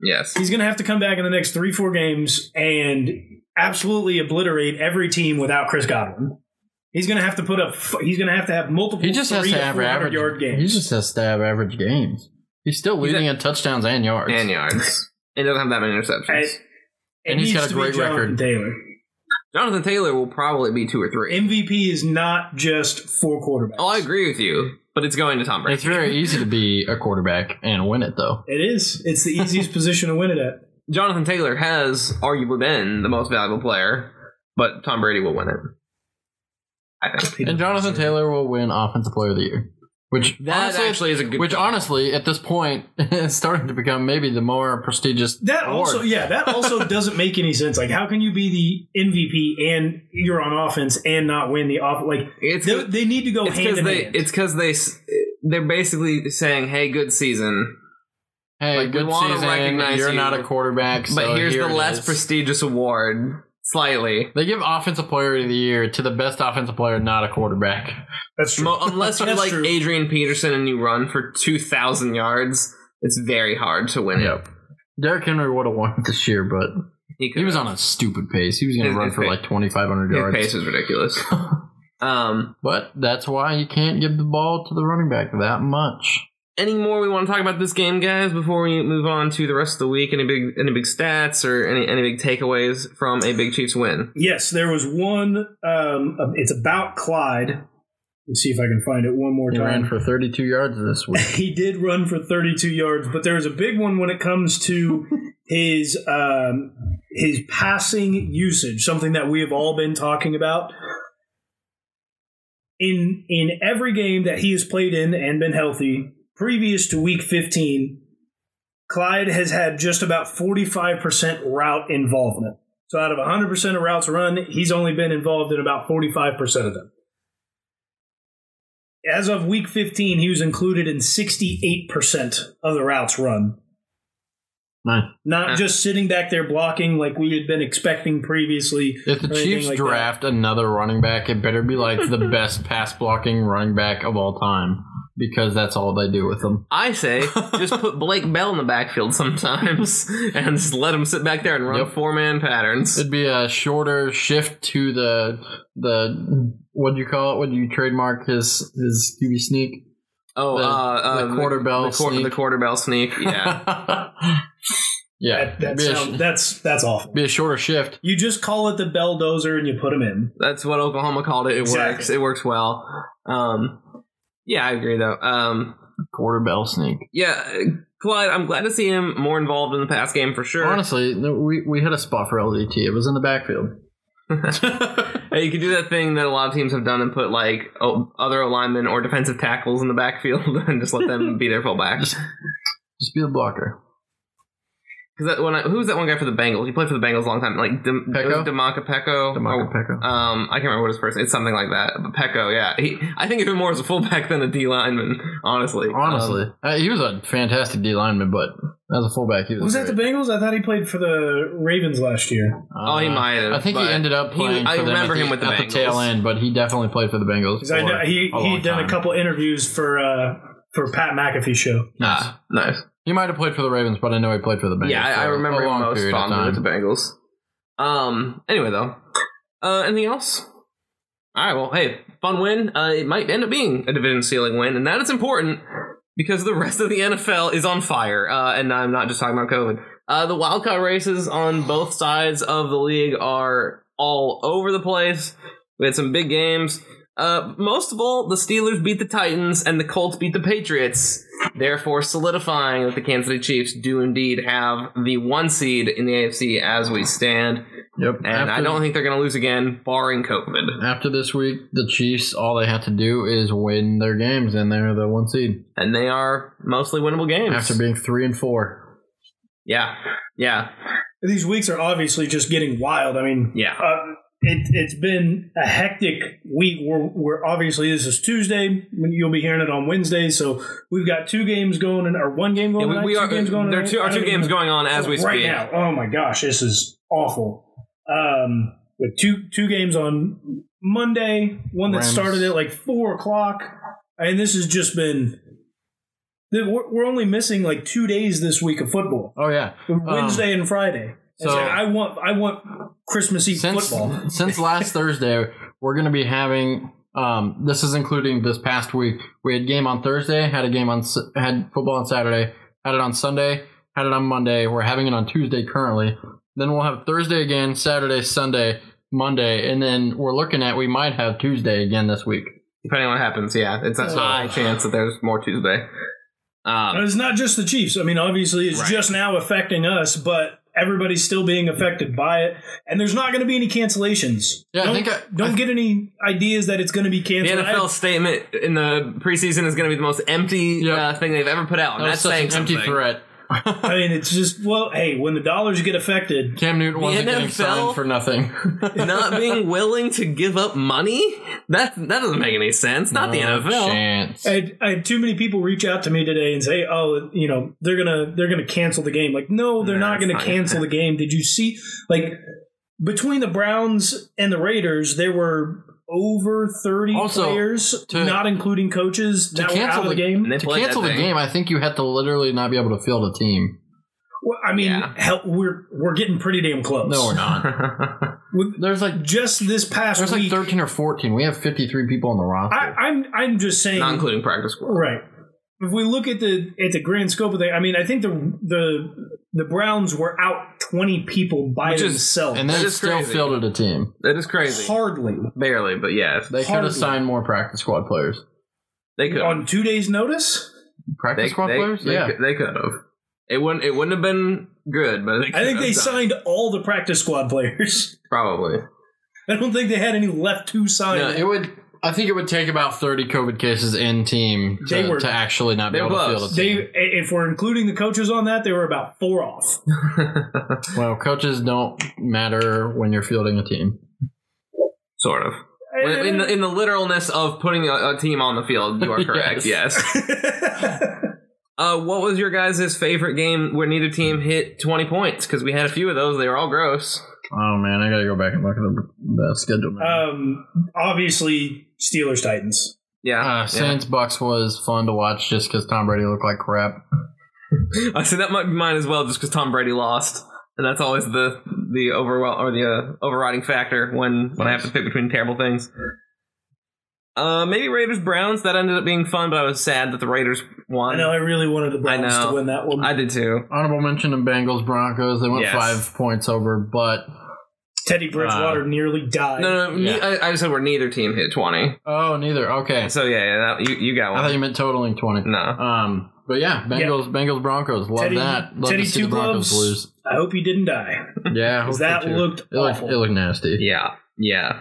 S3: Yes.
S2: He's going to have to come back in the next three, four games and absolutely obliterate every team without Chris Godwin. He's going to have to put up. He's going to have to have multiple.
S4: He just has
S2: three
S4: to have
S2: 400
S4: average
S2: yard games.
S4: He just has to have average games. He's still leading in touchdowns and yards.
S3: And yards. He doesn't have that many interceptions.
S2: It- it
S4: And he's
S2: needs
S4: got a
S2: to be
S4: great
S2: Jonathan
S4: record.
S2: Taylor.
S3: Jonathan Taylor will probably be two or three.
S2: MVP is not just four quarterbacks.
S3: oh, I agree with you, but it's going to Tom Brady.
S4: It's very easy to be a quarterback and win it though.
S2: It is. It's the easiest position to win it at.
S3: Jonathan Taylor has arguably been the most valuable player, but Tom Brady will win it. I think.
S4: And Jonathan Taylor will win Offensive Player of the Year, which
S3: That
S4: honestly,
S3: actually is a good
S4: which
S3: call.
S4: honestly at this point is starting to become maybe the more prestigious.
S2: That
S4: award.
S2: also, yeah, that also doesn't make any sense. Like, how can you be the MVP and you're on offense and not win the off? Like,
S3: It's
S2: they, they need to go
S3: it's
S2: hand
S3: because
S2: in
S3: they
S2: hand.
S3: it's because they s- they're basically saying, "Hey, good season,
S4: Hey,
S3: Like, we
S4: good
S3: wanna
S4: season.
S3: recognize
S4: You're
S3: you,
S4: not a quarterback,
S3: but
S4: so
S3: here's
S4: here
S3: the
S4: it
S3: less
S4: is.
S3: prestigious award, slightly,
S4: They give Offensive Player of the Year to the best offensive player, not a quarterback.
S2: That's true.
S3: Mo- unless you're
S2: That's
S3: like
S2: true.
S3: Adrian Peterson and you run for two thousand yards." It's very hard to win it.
S4: Yep. Derrick Henry would have won it this year, but he
S3: could've.
S4: was on a stupid pace. He was going
S3: His-
S4: to run
S3: his
S4: for
S3: pace-
S4: like 2,500
S3: His
S4: yards.
S3: pace is ridiculous. um,
S4: But that's why you can't give the ball to the running back that much.
S3: any more we want to talk about this game, guys? Before we move on to the rest of the week, any big any big stats or any any big takeaways from a big Chiefs win?
S2: yes, there was one. Um, it's about Clyde. Let's see if I can find it one more
S4: He ran
S2: time.
S4: for 32 yards this week.
S2: He did run for 32 yards, but there was a big one when it comes to his um, his passing usage, something that we have all been talking about. in in every game that he has played in and been healthy previous to week 15 clyde has had just about 45% route involvement so out of 100% of routes run he's only been involved in about 45% of them as of week 15 he was included in 68% of the routes run
S4: Nice.
S2: not
S3: Huh.
S2: just sitting back there blocking like we had been expecting previously
S4: If the
S2: or anything
S4: Chiefs
S2: like that.
S4: draft another running back, it better be like the best pass blocking running back of all time because that's all they do with them.
S3: I say just put Blake Bell in the backfield sometimes and just let him sit back there and run
S4: Yep.
S3: four man patterns.
S4: It'd be a shorter shift to the the what do you call it? What do you trademark his his QB sneak?
S3: Oh,
S4: the-
S3: uh, uh,
S4: the quarter bell
S3: the, quar-
S4: sneak.
S3: the quarter bell sneak. Yeah,
S4: yeah,
S2: that, that
S4: be, a,
S2: sound-
S4: sh-
S2: that's that's awful
S4: be a shorter shift.
S2: you just call it the belldozer and you put him in
S3: that's what Oklahoma called it. It
S2: Exactly.
S3: works. It works well. Um, yeah, I agree though. Um,
S4: Quarter bell sneak.
S3: yeah, Clyde, I'm glad to see him more involved in the pass game for sure.
S4: Honestly, no, we, we had a spot for LDT. It was in the backfield.
S3: Hey, you can do that thing that a lot of teams have done and put like o- other linemen or defensive tackles in the backfield and just let them be their fullback.
S4: Just be the blocker.
S3: Because that when I, who was that one guy for the Bengals? He played for the Bengals a long time, like Dem-
S4: Pecco?
S3: was it Demarca Pecco.
S4: DeMarco
S3: Or-
S4: Pecco.
S3: Um, I can't remember what his first. It's something like that. But Pecco, yeah, he, I think of him more as a fullback than a D lineman. Honestly,
S4: Honestly,
S3: Um,
S4: Uh, he was a fantastic D lineman, but as a fullback, he was.
S2: Was that the
S4: great.
S2: Bengals? I thought he played for the Ravens last year.
S3: oh, he
S4: Uh,
S3: might have.
S4: I think he
S3: but
S4: ended up
S3: he-
S4: playing.
S3: I
S4: for them at
S3: remember him with the
S4: at
S3: Bengals.
S4: the tail end, but he definitely played for the Bengals.
S2: 'Cause I
S4: for
S2: know he
S4: a long
S2: he done
S4: time.
S2: a couple interviews for uh, for Pat McAfee show.
S4: Nice.
S3: Ah, nice.
S4: He might have played for the Ravens, but I know he played for the Bengals.
S3: yeah,
S4: for
S3: I, I
S4: a
S3: remember him
S4: long
S3: most
S4: period of
S3: fondly with
S4: time.
S3: the Bengals. Um. Anyway, though, uh, anything else? All right. Well, hey, fun win. Uh, it might end up being a division ceiling win, and that is important because the rest of the NFL is on fire. Uh, and I'm not just talking about COVID. Uh, the wildcard races on both sides of the league are all over the place. We had some big games. Uh, most of all, the Steelers beat the Titans and the Colts beat the Patriots, therefore solidifying that the Kansas City Chiefs do indeed have the one seed in the AFC as we stand.
S4: Yep.
S3: And I
S4: After-
S3: don't think they're going to lose again, barring COVID.
S4: After this week, the Chiefs all they have to do is win their games, and they're the one seed
S3: And they are mostly winnable games.
S4: after being three and four.
S3: yeah, yeah,
S2: These weeks are obviously just getting wild. I mean,
S3: yeah.
S2: uh, it, it's been a hectic week. We're, we're obviously this is Tuesday. You'll be hearing it on Wednesday. So we've got two games going, in, or one game
S3: Yeah,
S2: going.
S3: we,
S2: tonight,
S3: we
S2: two
S3: are.
S2: games going
S3: There are
S2: tonight.
S3: two,
S2: I
S3: are
S2: don't
S3: two
S2: even
S3: games
S2: know.
S3: going on as we
S2: right
S3: speak.
S2: now. Oh my gosh, this is awful. Um, with two two games on Monday, one that
S4: Rams.
S2: started at like four o'clock, and this has just been the- we're, we're only missing like two days this week of football,
S4: Oh yeah,
S2: Wednesday and Friday. So
S4: so-
S2: I want I want Christmas Eve
S4: since
S2: football.
S4: since last Thursday, we're going to be having. Um, this is including this past week. We had game on Thursday, had a game on S- had football on Saturday, had it on Sunday, had it on Monday. We're having it on Tuesday currently. Then we'll have Thursday again, Saturday, Sunday, Monday, and then we're looking at we might have Tuesday again this week.
S3: Depending on what happens, yeah, it's a high chance that there's more Tuesday. Um,
S2: And it's not just the Chiefs. I mean, obviously, it's just now affecting us, but everybody's still being affected by it. And there's not going to be any cancellations.
S4: Yeah, I
S2: don't,
S4: think I-
S2: don't get any ideas that it's going to be
S3: the
S2: canceled. I-
S3: NFL statement in the preseason is going to be the most empty
S4: Yep.
S3: uh, thing they've ever put out, and
S4: That
S3: that's
S4: was such
S3: saying
S4: an empty
S3: something.
S4: threat.
S2: I mean, it's just well, hey, when the dollars get affected,
S4: Cam Newton wasn't getting
S3: NFL?
S4: signed for nothing.
S3: Not being willing to give up money that that doesn't make any sense. Not the
S4: No
S3: NFL.
S4: Chance.
S2: I had, I had too many people reach out to me today and say, "Oh, you know, they're gonna they're gonna cancel the game." Like, no, they're
S3: Nah,
S2: not
S3: it's
S2: gonna
S3: not gonna
S2: cancel the game. Did you see like between the Browns and the Raiders, there were over thirty
S4: Also,
S2: players,
S4: to-
S2: not including coaches, that were
S4: cancel
S2: out of
S4: the-
S2: the game.
S3: And they
S4: to
S3: played that
S4: cancel the
S3: thing.
S4: game, I think you had to literally not be able to field a team.
S2: Well, I mean,
S3: Yeah.
S2: hell, we're we're getting pretty damn close.
S4: No, we're not.
S2: With-
S4: There's like
S2: just this past
S4: There's like
S2: week,
S4: 13 or 14. We have 53 people on the roster.
S2: I, I'm I'm just saying,
S3: not including practice squad.
S2: Right. If we look at the at the grand scope of the, I mean, I think the the the Browns were out twenty people by
S3: Which is-
S2: themselves.
S4: and
S3: that
S4: then
S3: is
S4: still
S3: crazy.
S4: fielded a team.
S3: That is crazy.
S2: hardly
S3: Barely, but yeah,
S4: They could
S2: Hardly.
S4: have signed more practice squad players.
S3: they could.
S2: on two days' notice.
S4: Practice
S3: they,
S4: squad
S3: they-
S4: players?
S3: they
S4: yeah.
S3: could- they could have. It wouldn't. It wouldn't have been good, but they
S2: I think
S3: could've
S2: they
S3: done.
S2: signed all the practice squad players.
S3: probably.
S2: I don't think they had any left to sign.
S3: No,
S4: it would. I think it would take about 30 COVID cases in team
S2: They
S4: to,
S2: were-
S4: to actually not be
S3: they were
S4: able to
S3: close.
S4: field a
S2: they,
S4: team.
S2: i- if we're including the coaches on that, they were about four off.
S4: well, coaches don't matter when you're fielding a team.
S3: Sort of. When- In the, in the literalness of putting a, a team on the field, you are correct. yes. Uh, what was your guys' favorite game where neither team hit twenty points? Because we had a few of those. They were all gross.
S4: Oh man, I gotta go back and look at the, the schedule. now.
S2: um, obviously, Steelers Titans.
S3: Yeah.
S4: Uh,
S3: yeah.
S4: Saints Bucks was fun to watch just because Tom Brady looked like crap.
S3: I said that might be mine as well, just because Tom Brady lost, and that's always the the overwhel or the uh, overriding factor when when I have to pick between terrible things. Uh, maybe Raiders Browns. That ended up being fun, but I was sad that the Raiders
S2: I
S3: won.
S2: know I really wanted the Browns
S3: know.
S2: to win that one.
S3: I did too.
S4: Honorable mention of Bengals Broncos. They went
S3: Yes.
S4: five points over, but
S2: Teddy Bridgewater nearly died.
S3: Uh, No, no, ne-
S4: Yeah.
S3: I, I said where neither team hit twenty.
S4: oh, neither. Okay,
S3: So yeah, yeah that, you you got
S4: I thought
S3: one.
S4: you meant totaling twenty.
S3: No,
S4: Um, but yeah, Bengals, Bengals, Broncos. Love
S2: Teddy-
S4: that. Love
S2: Teddy
S4: to see
S2: Two
S4: the Broncos
S2: Gloves? I hope he didn't die.
S4: lose. Yeah,
S2: Because
S4: hopefully
S2: that
S4: too.
S2: looked
S4: it looked,
S2: awful.
S4: it looked nasty.
S3: yeah, yeah.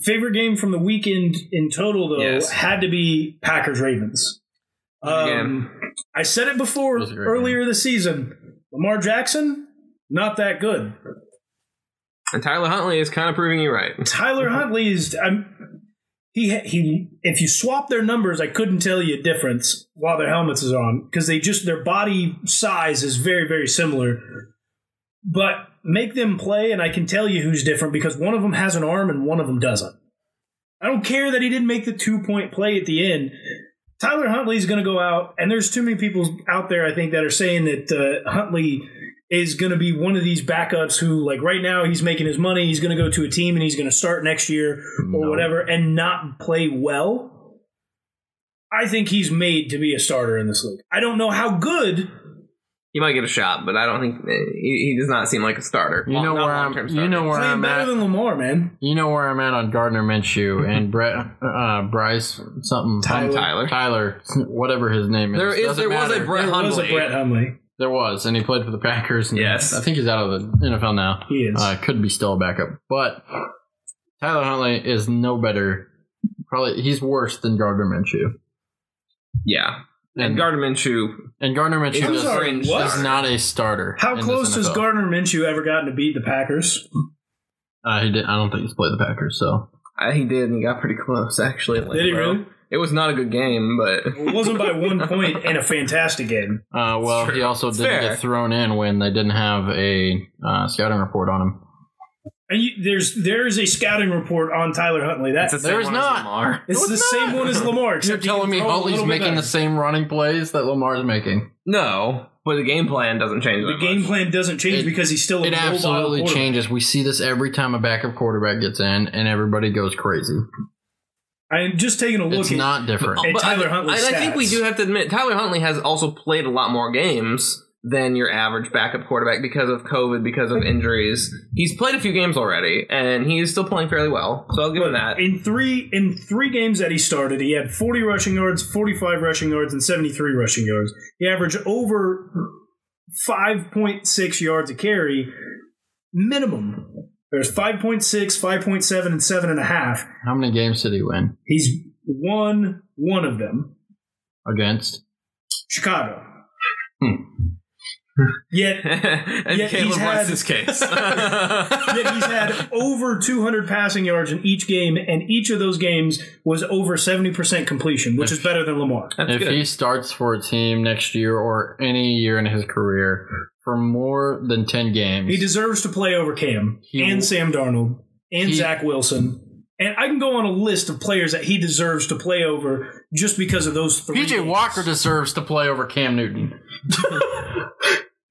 S2: Favorite game from the weekend in total, though,
S3: Yes.
S2: had to be Packers Ravens. Um, I said it before
S4: It was a great
S2: earlier this season. Lamar Jackson, not that good.
S3: And Tyler Huntley is kind of proving you right.
S2: Tyler Huntley is. I'm, he he. If you swap their numbers, I couldn't tell you a difference while their helmets is on because they just their body size is very very similar. But make them play, and I can tell you who's different because one of them has an arm and one of them doesn't. I don't care that he didn't make the two point play at the end. Tyler Huntley's going to go out, and there's too many people out there, I think, that are saying that uh, Huntley is going to be one of these backups who, like, right now he's making his money, he's going to go to a team and he's going to start next year or
S4: No.
S2: whatever and not play well. I think he's made to be a starter in this league. I don't know how good.
S3: He might get a shot, but I don't think eh, he, he does not seem like a starter.
S4: You
S3: Well,
S4: know
S3: not
S4: where
S3: long-term
S4: I'm. You
S3: starter.
S4: know where
S2: Playing
S4: I'm
S2: better
S4: at.
S2: than Lamar, man.
S4: you know where I'm at on Gardner Minshew and Brett uh, Bryce something
S2: Tyler.
S4: Tyler Tyler whatever his name is.
S3: There is
S4: Doesn't
S3: there was
S4: matter.
S3: a Brett
S2: There was a
S3: Hundley.
S2: Brett Hundley.
S4: there was and he played for the Packers. And
S3: Yes.
S4: I think he's out of the NFL now.
S2: He is.
S4: Uh, could be still a backup, but Tyler Huntley is no better. Probably he's worse than Gardner Minshew.
S3: Yeah, and
S4: And-
S3: Gardner Minshew.
S4: And Gardner Minshew
S2: I'm
S4: is,
S2: sorry, what?
S4: is not a starter. in
S2: How
S4: this
S2: close has
S4: NFL.
S2: Gardner Minshew ever gotten to beat the Packers?
S4: Uh, he did. I don't think he's played the Packers. So
S3: Uh, he did, and he got pretty close actually. Like,
S2: Did he
S3: bro.
S2: really?
S3: It was not a good game, but
S2: It wasn't by one point in a fantastic game.
S4: uh, well, he also
S3: It's
S4: didn't
S3: fair.
S4: get thrown in when they didn't have a uh, scouting report on him.
S2: And you, there's there is a scouting report on Tyler Huntley. That
S3: It's the
S4: There
S3: same
S4: is
S3: one
S4: not.
S3: As Lamar.
S2: it's
S4: No,
S2: the
S4: it's
S2: same
S4: not.
S2: one as Lamar.
S4: You're
S2: except he
S4: telling
S2: can
S4: me
S2: throw a
S4: Huntley's
S2: little bit
S4: making the
S2: better.
S4: same running plays that Lamar's making?
S3: No, but the game plan doesn't change.
S2: The
S3: that
S2: game
S3: much.
S2: plan doesn't change
S4: It-
S2: because he's still a
S4: It
S2: mobile
S4: absolutely
S2: quarterback.
S4: changes. We see this every time a backup quarterback gets in, and everybody goes crazy.
S2: I am just taking a look.
S4: It's
S2: at,
S4: not different.
S2: And Tyler
S3: I,
S2: Huntley's
S3: and I think we
S2: stats.
S3: do have to admit Tyler Huntley has also played a lot more games than your average backup quarterback because of COVID, because of injuries. He's played a few games already, and he is still playing fairly well. So I'll give him that.
S2: in three in three games that he started, he had 40 rushing yards, 45 rushing yards, and 73 rushing yards. He averaged over 5.6 yards a carry minimum. There's 5.6, 5.7, and seven and a half.
S4: How many games did he win
S2: He's won one of them,
S4: against?
S2: Chicago.
S4: Hmm.
S2: Yet,
S3: and
S2: Yet he's
S3: Caleb
S2: had-
S3: wants his case.
S2: yet he's had over 200 passing yards in each game, and each of those games was over 70% completion, which is better than Lamar.
S3: That's
S4: if
S3: good.
S4: he starts for a team next year or any year in his career for more than 10 games,
S2: He deserves to play over Cam
S4: He-
S2: and Sam Darnold and
S4: He-
S2: Zach Wilson. And I can go on a list of players that he deserves to play over just because of those three.
S4: PJ
S2: games.
S4: Walker deserves to play over Cam Newton.
S3: He's "Oh,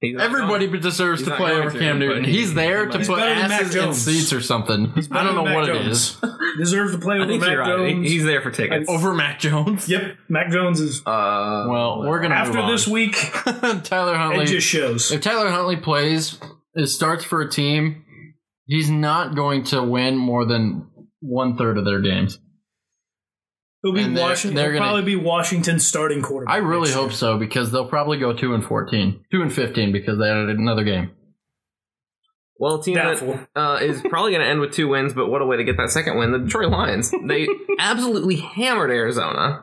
S3: not
S4: Everybody deserves
S3: He's
S4: to
S3: not
S4: play
S3: going
S4: over
S3: to,
S4: Cam
S3: but
S4: Newton.
S3: he-
S4: He's there
S3: he
S4: to
S3: might.
S4: put
S2: He's better than Mac
S4: asses in
S2: Jones.
S4: seats or something. I don't know
S2: better than
S4: what
S2: Mac
S4: it is.
S2: deserves to play
S3: I
S2: over
S3: think
S2: Mac
S3: you're right. He-
S2: Jones.
S3: He's there for tickets.
S4: Over Mac Jones?
S2: yep, Mac Jones is
S3: Uh,
S4: Well, we're going to
S2: after this week.
S4: Tyler Huntley.
S2: It just shows.
S4: if Tyler Huntley plays, it starts for a team, he's not going to win more than one third of their games.
S2: He'll be
S4: and they're-
S2: Washington.
S4: they're
S2: he'll
S4: gonna-
S2: probably be Washington's starting quarterback.
S4: I really
S2: next year.
S4: hope so because they'll probably go two and fourteen, two and fifteen because they added another game.
S3: Well, a team
S2: Doubtful.
S3: that uh, is probably going to end with two wins, but what a way to get that second win. The Detroit Lions. They absolutely hammered Arizona.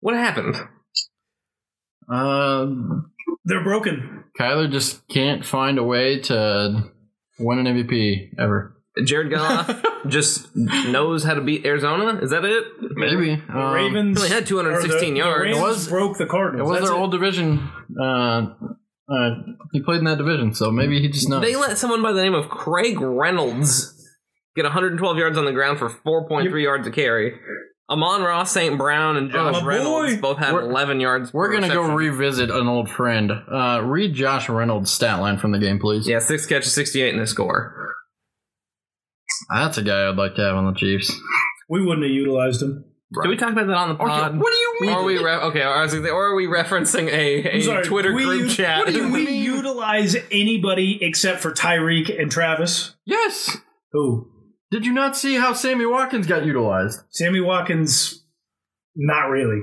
S3: What happened?
S4: Uh,
S2: They're broken.
S4: Kyler just can't find a way to win an MVP ever.
S3: Jared Goff just knows how to beat Arizona? Is that it?
S4: Maybe um,
S2: Ravens
S3: They only had 216
S2: or the-
S3: yards.
S2: The Rams
S4: It was-
S2: broke the
S4: It
S2: Cardinals.
S4: was
S2: That's
S4: their old division. Uh, uh, he played in that division, so maybe he just knows.
S3: They let someone by the name of Craig Reynolds get 112 yards on the ground for 4.3 yards a carry. Amon Ross, St. Brown, and Josh
S2: my
S3: Reynolds
S2: boy.
S3: both had
S4: We're-
S3: 11 yards.
S4: We're
S3: per
S4: gonna go
S3: reception.
S4: revisit an old friend. Uh, read Josh Reynolds' stat line from the game, please.
S3: Yeah, six catches, 68 in the score.
S4: That's a guy I'd like to have on the Chiefs.
S2: We wouldn't have utilized him.
S3: Did we talk about that on the pod?
S4: what do you mean?
S3: Are we re- okay? I was gonna say, or are we referencing a, a
S2: I'm sorry,
S3: Twitter
S2: we-
S3: group chat?
S2: Do we utilize anybody except for Tyreek and Travis?
S4: Yes.
S2: Who?
S4: Did you not see how Sammy Watkins got utilized?
S2: Sammy Watkins? Not really.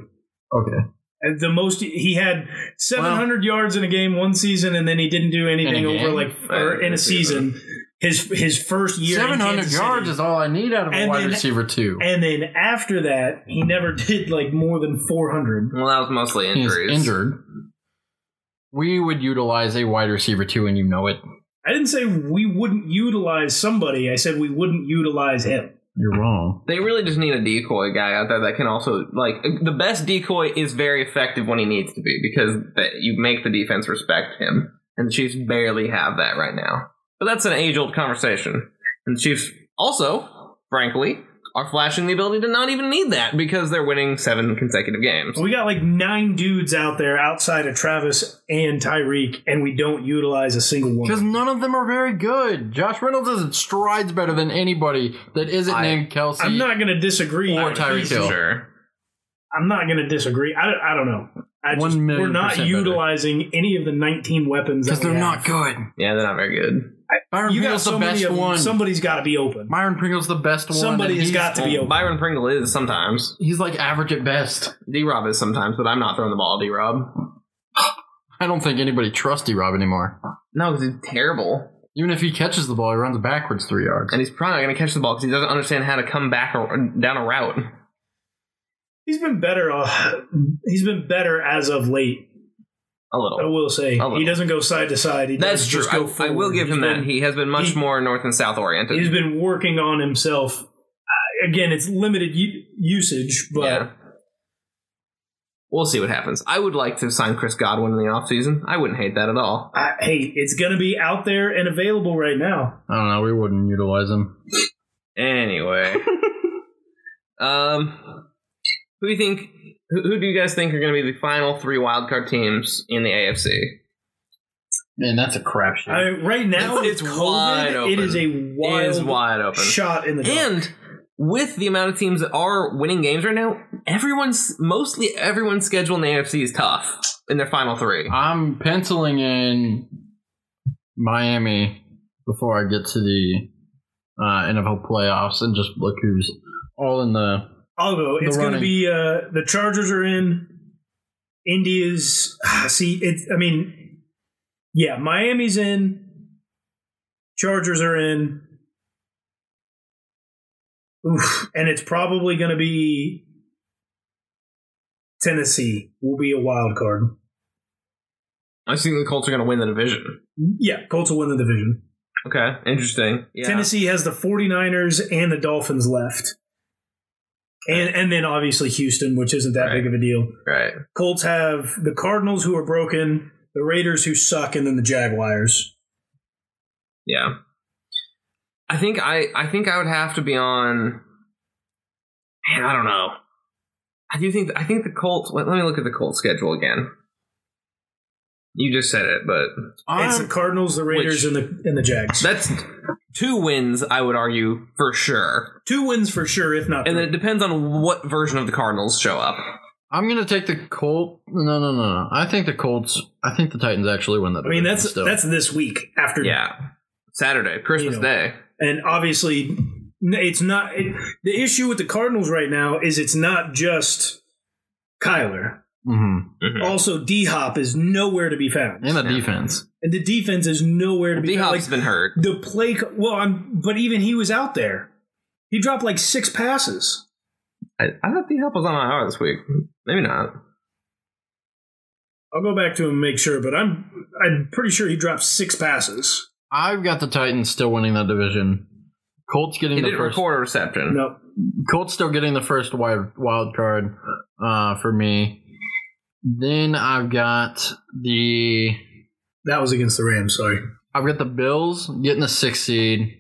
S4: Okay.
S2: And The most he had 700 yards in a game one season, and then he didn't do anything
S4: In a
S2: over
S4: game?
S2: like or
S3: Uh,
S2: in a
S3: in a season.
S2: season. His his first year, in
S4: 700
S2: Kansas
S4: yards
S2: City.
S4: is all I need out of a
S2: And
S4: wide
S2: then-
S4: receiver, too.
S2: and then after that, he never did like more than 400.
S3: Well, that was mostly
S4: He's
S3: injuries.
S4: injured. We would utilize a wide receiver, too, and you know it.
S2: I didn't say we wouldn't utilize somebody. I said we wouldn't utilize him.
S4: You're wrong.
S3: They really just need a decoy guy out there that can also like the best decoy is very effective when he needs to be because that you make the defense respect him, and the Chiefs barely have that right now. But that's an age-old conversation, and the Chiefs also, frankly, are flashing the ability to not even need that because they're winning seven consecutive games.
S2: We got like nine dudes out there outside of Travis and Tyreek, and we don't utilize a single
S4: Because
S2: one.
S4: none of them are very good. Josh Reynolds is strides better than anybody that isn't
S3: I-
S4: named Kelsey.
S2: I'm not going to disagree.
S4: Or Tyreek Hill.
S3: Sure.
S2: I'm not going to disagree. I, don't- I don't know. I just,
S4: One million
S2: we're not
S4: percent better.
S2: utilizing any of the 19 weapons
S4: Because
S2: that
S4: they're
S2: we
S4: not
S2: have.
S4: good.
S3: Yeah, they're not very good.
S4: Byron
S2: You got
S4: Pringle's
S2: so
S4: the
S2: many
S4: best
S2: of them.
S4: one.
S2: Somebody's got to be open.
S4: Byron Pringle's the best one.
S2: Somebody
S4: and
S2: has
S4: he's-
S2: got to be
S3: Well,
S2: open.
S3: Byron Pringle is sometimes.
S4: He's like average at best.
S3: D Rob is sometimes, but I'm not throwing the ball at D Rob.
S4: I don't think anybody trusts D Rob anymore.
S3: No, because he's terrible.
S4: Even if he catches the ball, he runs backwards three yards.
S3: And he's probably not going to catch the ball because he doesn't understand how to come back or, down a route.
S2: He's been better. Uh, he's been better as of late.
S3: A
S2: I
S3: little.
S2: will say
S3: Oh, well.
S2: he doesn't go side to side. He
S3: That's
S2: does
S3: true.
S2: Just go
S3: I, I will
S2: forward.
S3: give him
S2: He's
S3: that.
S2: been-
S3: he has been much
S2: he-
S3: more north and south oriented.
S2: he's been working on himself. Uh, Again, it's limited u- usage, but
S3: yeah. We'll see what happens. I would like to sign Chris Godwin in the offseason. I wouldn't hate that at all.
S2: I, hey, it's going to be out there and available right now.
S4: I don't know. We wouldn't utilize him.
S3: Anyway. um who do you think who, who do you guys think are going to be the final three wildcard teams in the AFC?
S4: Man, that's a crapshoot.
S2: I mean, right now,
S3: It's-
S2: with
S3: it's
S2: COVID,
S3: wide open.
S2: It is a wild,
S3: It is wide open.
S2: shot in the dark.
S3: And with the amount of teams that are winning games right now, everyone's mostly everyone's schedule in the AFC is tough in their final three.
S4: I'm penciling in Miami before I get to the uh, NFL playoffs and just look who's all in the.
S2: I'll go. It's going to
S4: running.
S2: be uh, the Chargers are in. India's see it. I mean, yeah, Miami's in. Chargers are in. Oof, and it's probably going to be Tennessee will be a wild card.
S3: I think the Colts are going to win the division.
S2: Yeah, Colts will win the division.
S3: Okay, interesting. Yeah.
S2: Tennessee has the 49ers and the Dolphins left. And and then obviously Houston, which isn't that
S3: Right.
S2: big of a deal.
S3: right?
S2: Colts have the Cardinals who are broken, the Raiders who suck, and then the Jaguars.
S3: Yeah. I think I I think I would have to be on. Man, I don't know. I do think I think the Colts. Let, let me look at the Colts schedule again. You just said it, but
S2: it's the Cardinals, the Raiders,
S3: which-
S2: and the and the Jags.
S3: that's two wins. I would argue for sure,
S2: Two wins for sure, if not.
S3: and then
S2: three.
S3: it depends on what version of the Cardinals show up.
S4: I'm gonna take the Colt. No, no, no, no. I think the Colts. I think the Titans actually win that.
S2: I mean,
S4: division
S2: that's
S4: still.
S2: that's this week after,
S3: Yeah, Saturday, Christmas
S2: You know.
S3: Day.
S2: and obviously n- it's not it, the issue with the Cardinals right now is it's not just Kyler.
S4: Mhm.
S2: Also, D Hop is nowhere to be found,
S4: and the defense.
S2: and the defense is nowhere to be
S3: D
S2: found.
S3: Hop's
S2: Like,
S3: been hurt.
S2: the play. co- Well, I'm, but even he was out there. He dropped like six passes.
S3: I, I thought D Hop was on IR this week. Maybe not.
S2: I'll go back to him and make sure, but I'm I'm pretty sure he dropped six passes.
S4: I've got the Titans still winning that division. Colts getting
S3: He
S4: the
S3: didn't
S4: first.
S3: record a reception.
S2: No,
S4: Colts still getting the first wild, wild card uh, for me. Then I've got the
S2: that was against the Rams. Sorry.
S4: I've got the Bills getting the sixth seed,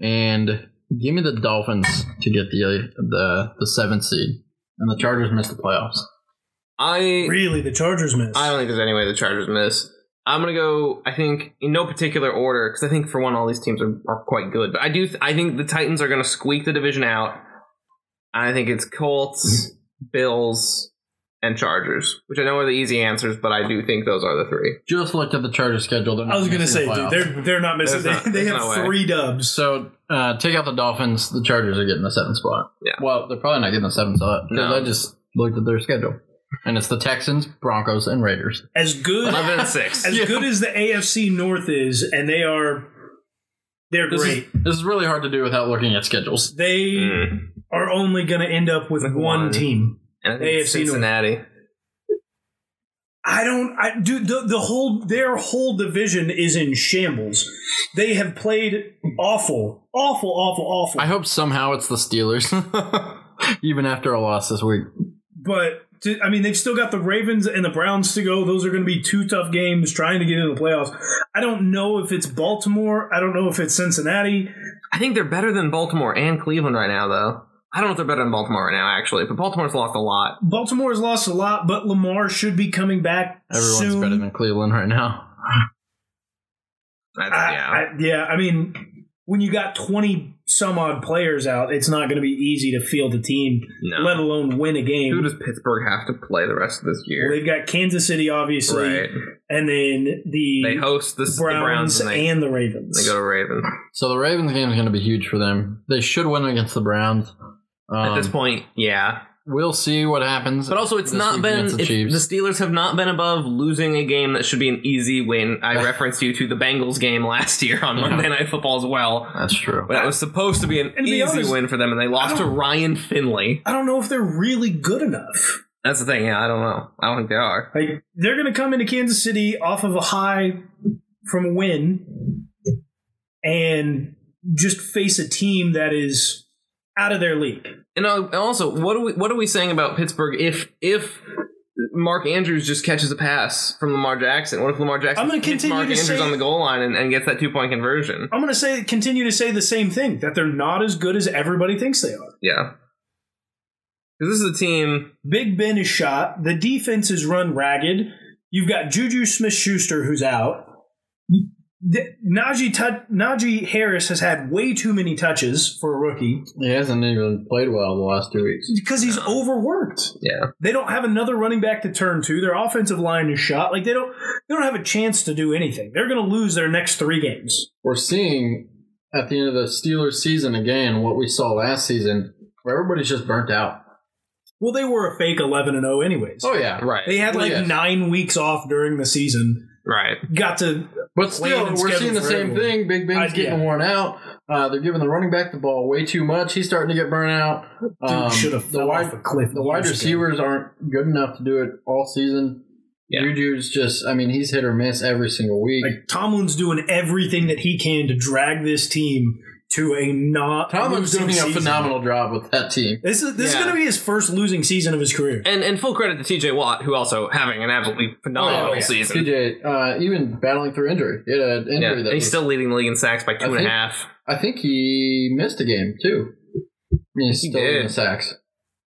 S4: and give me the Dolphins to get the the the seventh seed, and the Chargers miss the playoffs.
S3: I
S2: Really, the Chargers missed.
S3: I don't think there's any way the Chargers miss. I'm gonna go. I think in no particular order because I think for one, all these teams are, are quite good. But I do. Th- I think the Titans are gonna squeak the division out. I think it's Colts,
S2: Mm-hmm.
S3: Bills, and Chargers, which I know are the easy answers, but I do think those are the three.
S4: Just looked at the Chargers schedule. they're
S2: I
S4: not
S2: was gonna
S4: missing
S2: say,
S4: the
S2: dude,
S4: playoffs.
S2: they're they're not missing.
S3: There's not-
S2: they they
S3: there's
S2: have
S3: no way.
S2: three dubs.
S4: so uh, take out the Dolphins. The Chargers are getting the seventh spot.
S3: Yeah.
S4: Well, they're probably not getting the seventh spot because
S3: No.
S4: I just looked at their schedule, and it's the Texans, Broncos, and Raiders.
S2: As good
S3: Eleven and six.
S2: as good as the AFC North is, and they are they're
S4: This
S2: great.
S4: is, this is really hard to do without looking at schedules.
S2: they
S3: Mm.
S2: are only gonna end up with one,
S3: one.
S2: team.
S3: And I think it's
S2: AFC North.
S3: Cincinnati.
S2: I don't. I dude, the, the whole their whole division is in shambles. They have played awful, awful, awful, awful.
S4: I hope somehow it's the Steelers, even after a loss this week.
S2: But to, I mean, they've still got the Ravens and the Browns to go. Those are going to be two tough games trying to get into the playoffs. I don't know if it's Baltimore. I don't know if it's Cincinnati.
S3: I think they're better than Baltimore and Cleveland right now, though. I don't know if they're better than Baltimore right now, actually, but Baltimore's lost a lot.
S2: Baltimore has lost a lot, but Lamar should be coming back
S4: Everyone's
S2: soon.
S4: better than Cleveland right now.
S3: That's,
S2: I,
S3: yeah.
S2: I, yeah, I mean, when you got twenty some odd players out, it's not going to be easy to field a team,
S3: No.
S2: let alone win a
S3: Who
S2: game.
S3: does Pittsburgh have to play the rest of this
S2: Well,
S3: year?
S2: they've got Kansas City, obviously,
S3: Right.
S2: and then the
S3: They host this,
S2: Browns,
S3: the Browns and they,
S2: and the Ravens.
S3: they go to Ravens.
S4: So the Ravens game is going to be huge for them. They should win against the Browns. Um,
S3: At this point, yeah.
S4: we'll see what happens.
S3: But also, it's
S4: this
S3: not
S4: week
S3: been.
S4: against the
S3: it's-
S4: Chiefs.
S3: the Steelers have not been above losing a game that should be an easy win. I referenced you to the Bengals game last year on Monday Night Football as well.
S4: That's true.
S3: But it was supposed to be an
S2: to be
S3: easy
S2: honest,
S3: win for them, and they lost to Ryan Finley.
S2: I don't know if they're really good enough.
S3: That's the thing. Yeah, I don't know. I don't think they are.
S2: Like they're going to come into Kansas City off of a high from a win and just face a team that is out of their league.
S3: And uh, and also, what are we what are we saying about Pittsburgh if if Mark Andrews just catches a pass from Lamar Jackson? What if Lamar Jackson
S2: I'm gonna
S3: hits
S2: continue
S3: Mark
S2: to
S3: Andrews
S2: say-
S3: on the goal line and, and gets that two point conversion?
S2: I'm going to say continue to say the same thing that they're not as good as everybody thinks they are.
S3: Yeah. 'Cause this is a team
S2: Big Ben is shot. The defense is run ragged. You've got Juju Smith Schuster who's out. The- Najee, Tut Najee Harris has had way too many touches for a rookie
S4: He hasn't even played well in the last two weeks.
S2: because he's overworked.
S3: Yeah.
S2: They don't have another running back to turn to. Their offensive line is shot. Like they don't they don't have a chance to do anything. They're going to lose their next 3 games.
S4: We're seeing at the end of the Steelers season again what we saw last season, where everybody's just burnt out.
S2: Well, they were a fake 11 and 0 anyways.
S4: Oh yeah,
S3: Right.
S2: They had
S4: Well,
S2: like
S4: yes.
S2: 9 weeks off during the season.
S3: Right.
S2: Got to
S4: But
S2: Playing
S4: still,
S2: and
S4: we're seeing
S2: scheduled
S4: the
S2: for
S4: same
S2: everyone.
S4: thing. Big Ben's
S2: Uh,
S4: getting
S2: yeah.
S4: worn out. Uh, they're giving the running back the ball way too much. He's starting to get burnt out. Um,
S2: should have
S4: the
S2: fell
S4: wide
S2: off a cliff
S4: the wide
S2: years ago.
S4: receivers aren't good enough to do it all season.
S3: Yeah.
S4: Juju's just, I mean, he's hit or miss every single week.
S2: Like Tomlin's doing everything that he can to drag this team to a not.
S4: Tomlin's
S2: losing
S4: doing a
S2: season.
S4: phenomenal job with that team.
S2: This is this
S3: Yeah.
S2: is going to be his first losing season of his career.
S3: And and full credit to TJ Watt, who also having an absolutely phenomenal
S4: Oh, yeah.
S3: season.
S4: TJ, uh, even battling through injury, he had an
S3: yeah.
S4: injury
S3: And
S4: that
S3: he's
S4: was-
S3: still leading the league in sacks by two and a
S4: think-
S3: half.
S4: I think he missed a game too. He's still in
S3: did.
S4: the sacks.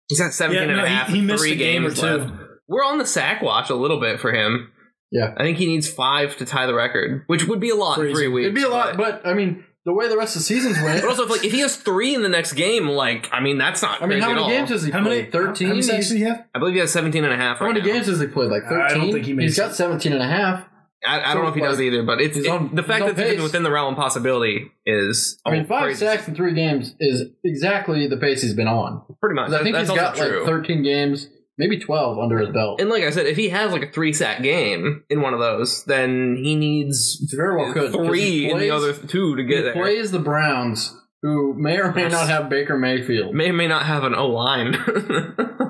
S3: He's at 17
S2: Yeah,
S3: and
S2: no,
S3: a
S2: he-
S3: half.
S2: he missed
S3: three
S2: a game or
S3: games
S2: two.
S3: left. We're on the sack watch a little bit for him.
S4: Yeah.
S3: I think he needs five to tie the record, which would be a lot in
S2: Crazy.
S3: three weeks.
S4: It'd be a lot, but I mean, the way the rest of the seasons went,
S3: But also, if, like, if he has three in the next game, like, I mean, that's not
S4: I mean,
S3: crazy
S4: how
S3: at
S4: many
S3: all.
S4: games has he
S2: How many?
S4: played? 13?
S2: How many
S4: He's-
S2: sacks did he have?
S3: I believe he has 17 and a half
S4: How
S3: right
S4: many
S3: now.
S4: games has he played? Like
S2: I don't
S4: 13?
S2: think he makes
S4: He's got 17 and a half.
S3: I, I don't know if he does either, but it's
S4: He's
S3: it-
S4: on-
S3: the fact that
S4: he's on
S3: it's even
S4: pace.
S3: within the realm of possibility is
S4: I mean, five
S3: Oh, crazy.
S4: sacks in three games is exactly the pace he's been on.
S3: pretty much.
S4: 'Cause I think
S3: that's
S4: he's
S3: also
S4: got
S3: true.
S4: like 13 games, maybe 12 under his belt.
S3: and like I said, if he has like a three sack game in one of those, then he needs
S4: He very well could. 'cause he
S3: three in the
S4: plays-
S3: other two to
S4: He
S3: get there.
S4: plays the Browns, who may or may
S3: Yes.
S4: not have Baker Mayfield.
S3: May or may not have an O line.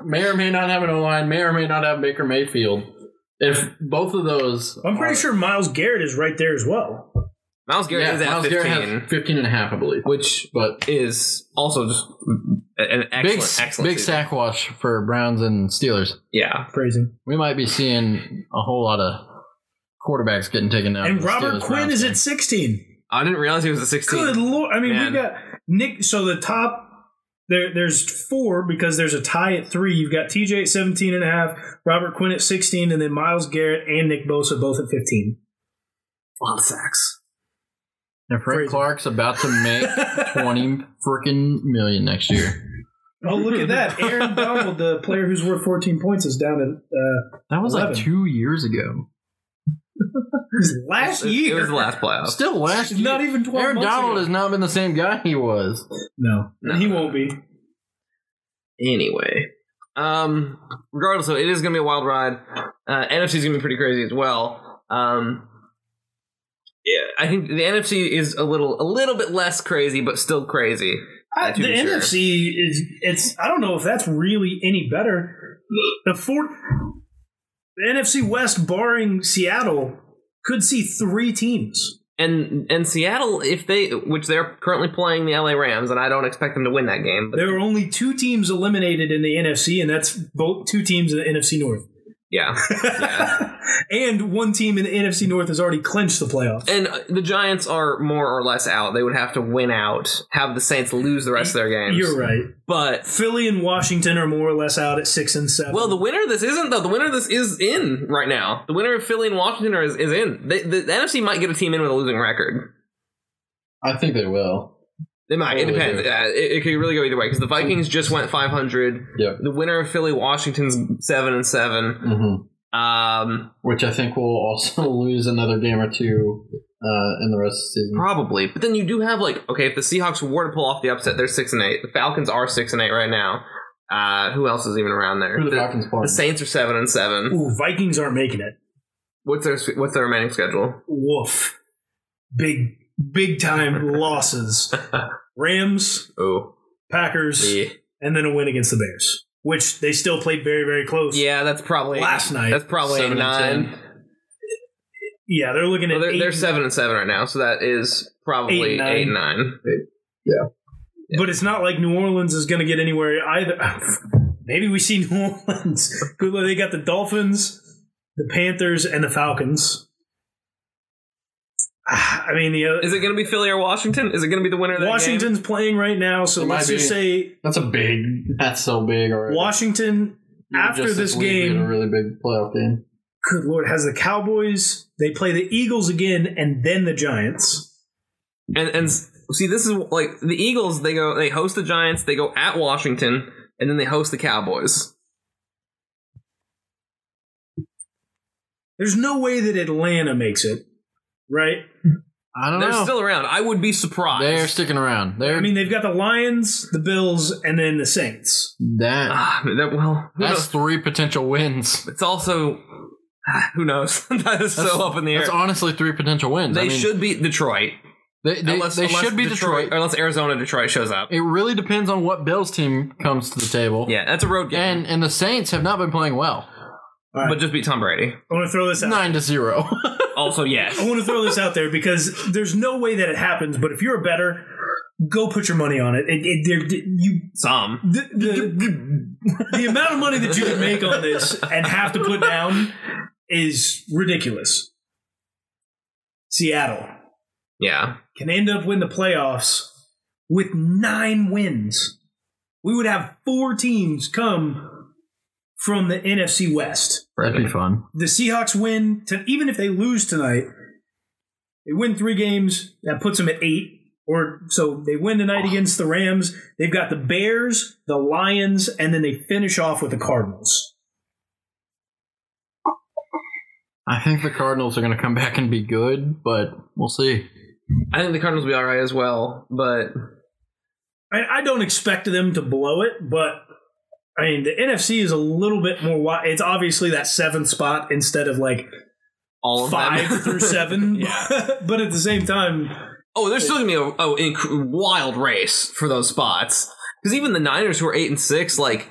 S4: may or may not have an O line, may or may not have Baker Mayfield. If both of those,
S2: I'm pretty sure Miles Garrett is right there as well.
S3: Miles Garrett
S4: yeah,
S3: is at
S4: Miles
S3: 15,
S4: Garrett has 15 and a half, I believe.
S3: which
S4: But
S3: is also just an excellent,
S4: big,
S3: excellent
S4: big
S3: season.
S4: sack wash for Browns and Steelers.
S3: Yeah,
S2: Crazy.
S4: We might be seeing a whole lot of quarterbacks getting taken out. of
S2: And
S4: the
S2: Robert
S4: Steelers
S2: Quinn
S4: Browns
S2: is
S4: game.
S2: at 16.
S3: I didn't realize he was a 16.
S2: Good lord! I mean,
S3: Man.
S2: we got Nick. So the top. There, there's four because there's a tie at three. You've got TJ at 17 and a half, Robert Quinn at 16, and then Miles Garrett and Nick Bosa both at 15.
S3: A lot of sacks.
S4: And Frank
S2: Crazy.
S4: Clark's about to make twenty freaking million next year.
S2: Oh, look at that. Aaron Donald, the player who's worth 14 points, is down at uh,
S4: That was like
S2: Eleven.
S4: two years ago.
S2: his last
S3: It
S2: year.
S3: was the last playoff.
S4: Still last
S2: It's
S4: year.
S2: not even 12
S4: Aaron
S2: months
S4: Donald
S2: ago.
S4: has not been the same guy he was.
S2: No,
S3: No.
S2: he won't be.
S3: Anyway, um, regardless, though, it is going to be a wild ride. Uh, NFC is going to be pretty crazy as well. Um, yeah, I think the NFC is a little, a little bit less crazy, but still crazy.
S2: I,
S3: That to
S2: the
S3: be sure.
S2: NFC is it's. I don't know if that's really any better. The four, the NFC West, barring Seattle, could see three teams.
S3: And and Seattle, if they, which they're currently playing the LA Rams, and I don't expect them to win that game, but
S2: There are only two teams eliminated in the NFC, and that's both two teams in the NFC North.
S3: yeah.
S2: and one team in the NFC North has already clinched the playoffs.
S3: And uh, the Giants are more or less out. They would have to win out, have the Saints lose the rest of their games.
S2: You're right.
S3: But
S2: Philly and Washington are more or less out at six and seven.
S3: well, the winner of this isn't though. The winner of this is in right now. The winner of Philly and Washington are, is, is in. They, the, the NFC might get a team in with a losing record.
S4: I think they will.
S3: They might. It
S4: Totally
S3: depends.
S4: do.
S3: Uh, it, it could really go either way because the Vikings just went 500.
S4: Yeah.
S3: The winner of Philly Washington's seven and seven.
S4: Mm-hmm.
S3: Um,
S4: Which I think will also lose another game or two uh, in the rest of the season.
S3: probably. But then you do have like okay, if the Seahawks were to pull off the upset, they're six and eight. The Falcons are six and eight right now. Uh, who else is even around there?
S4: Who the
S3: The-
S4: Falcons play?
S3: The Saints are seven and seven.
S2: Ooh, Vikings aren't making it.
S3: What's their what's their remaining schedule?
S2: Woof. Big, big time losses. Rams,
S3: Oh,
S2: Packers, and then a win against the Bears, which they still played very, very close.
S3: yeah, that's probably
S2: Last night.
S3: That's probably
S4: Seven and
S3: nine.
S4: ten.
S2: Yeah, they're looking at
S3: Well, they're,
S2: eight,
S3: they're seven and seven right now, so that is
S2: Eight
S3: probably
S2: and nine.
S3: eight and nine.
S4: Yeah.
S2: But it's not like New Orleans is going to get anywhere either. Maybe we see New Orleans. Good luck. They got the Dolphins, the Panthers, and the Falcons. Ah, I mean, the other,
S3: Is it going to be Philly or Washington? Is it going to be the winner of that game?
S2: Washington's playing right now, so
S4: It might
S2: let's just say
S4: That's a big. That's so big already.
S2: Washington
S4: Even
S2: after
S4: just
S2: this
S4: week, we had
S2: game.
S4: a really big playoff game.
S2: good lord has the Cowboys. They play the Eagles again, and then the Giants.
S3: And and s- see, this is like the Eagles. They go. They host the Giants. They go at Washington, and then they host the Cowboys.
S2: There's no way that Atlanta makes it, right?
S4: I don't
S3: They're
S4: know.
S3: still around. I would be surprised.
S4: They're sticking around. They're
S2: I mean, they've got the Lions, the Bills, and then the Saints.
S4: that.
S3: Ah, that- well, who
S4: That's
S3: knows?
S4: three potential wins.
S3: it's also ah, who knows. that is so up in the air.
S4: That's honestly three potential wins.
S3: they
S4: I mean,
S3: should beat Detroit.
S4: They, they,
S3: unless,
S4: they
S3: unless
S4: should be Detroit.
S3: or unless Arizona Detroit shows up.
S4: It really depends on what Bills team comes to the table.
S3: Yeah, that's a road game.
S4: And and the Saints have not been playing well.
S3: but just beat Tom Brady.
S2: I want to throw this out.
S4: Nine to zero.
S3: Also, yes.
S2: I want to throw this out there because there's no way that it happens. But if you're a better, go put your money on it. it, it there, you
S3: Some.
S2: the, the, the amount of money that you can make on this and have to put down is ridiculous. Seattle
S3: Yeah.
S2: can end up win the playoffs with nine wins. We would have four teams come from the NFC West.
S4: That'd be fun.
S2: The Seahawks win, to, even if they lose tonight, they win three games. That puts them at eight. Or so they win tonight against the Rams. They've got the Bears, the Lions, and then they finish off with the Cardinals.
S4: I think the Cardinals are going to come back and be good, but we'll see.
S3: I think the Cardinals will be all right as well, but
S2: I, I don't expect them to blow it, but I mean the NFC is a little bit more. Wide. It's obviously that seventh spot instead of like
S3: all of them.
S2: five through seven. but at the same time,
S3: Oh, there's still gonna be a, a inc- wild race for those spots because even the Niners, who are eight and six, like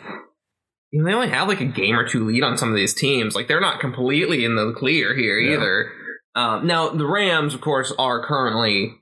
S3: you know, they only have like a game or two lead on some of these teams. Like they're not completely in the clear here
S4: Yeah.
S3: either. Um, now the Rams, of course, are currently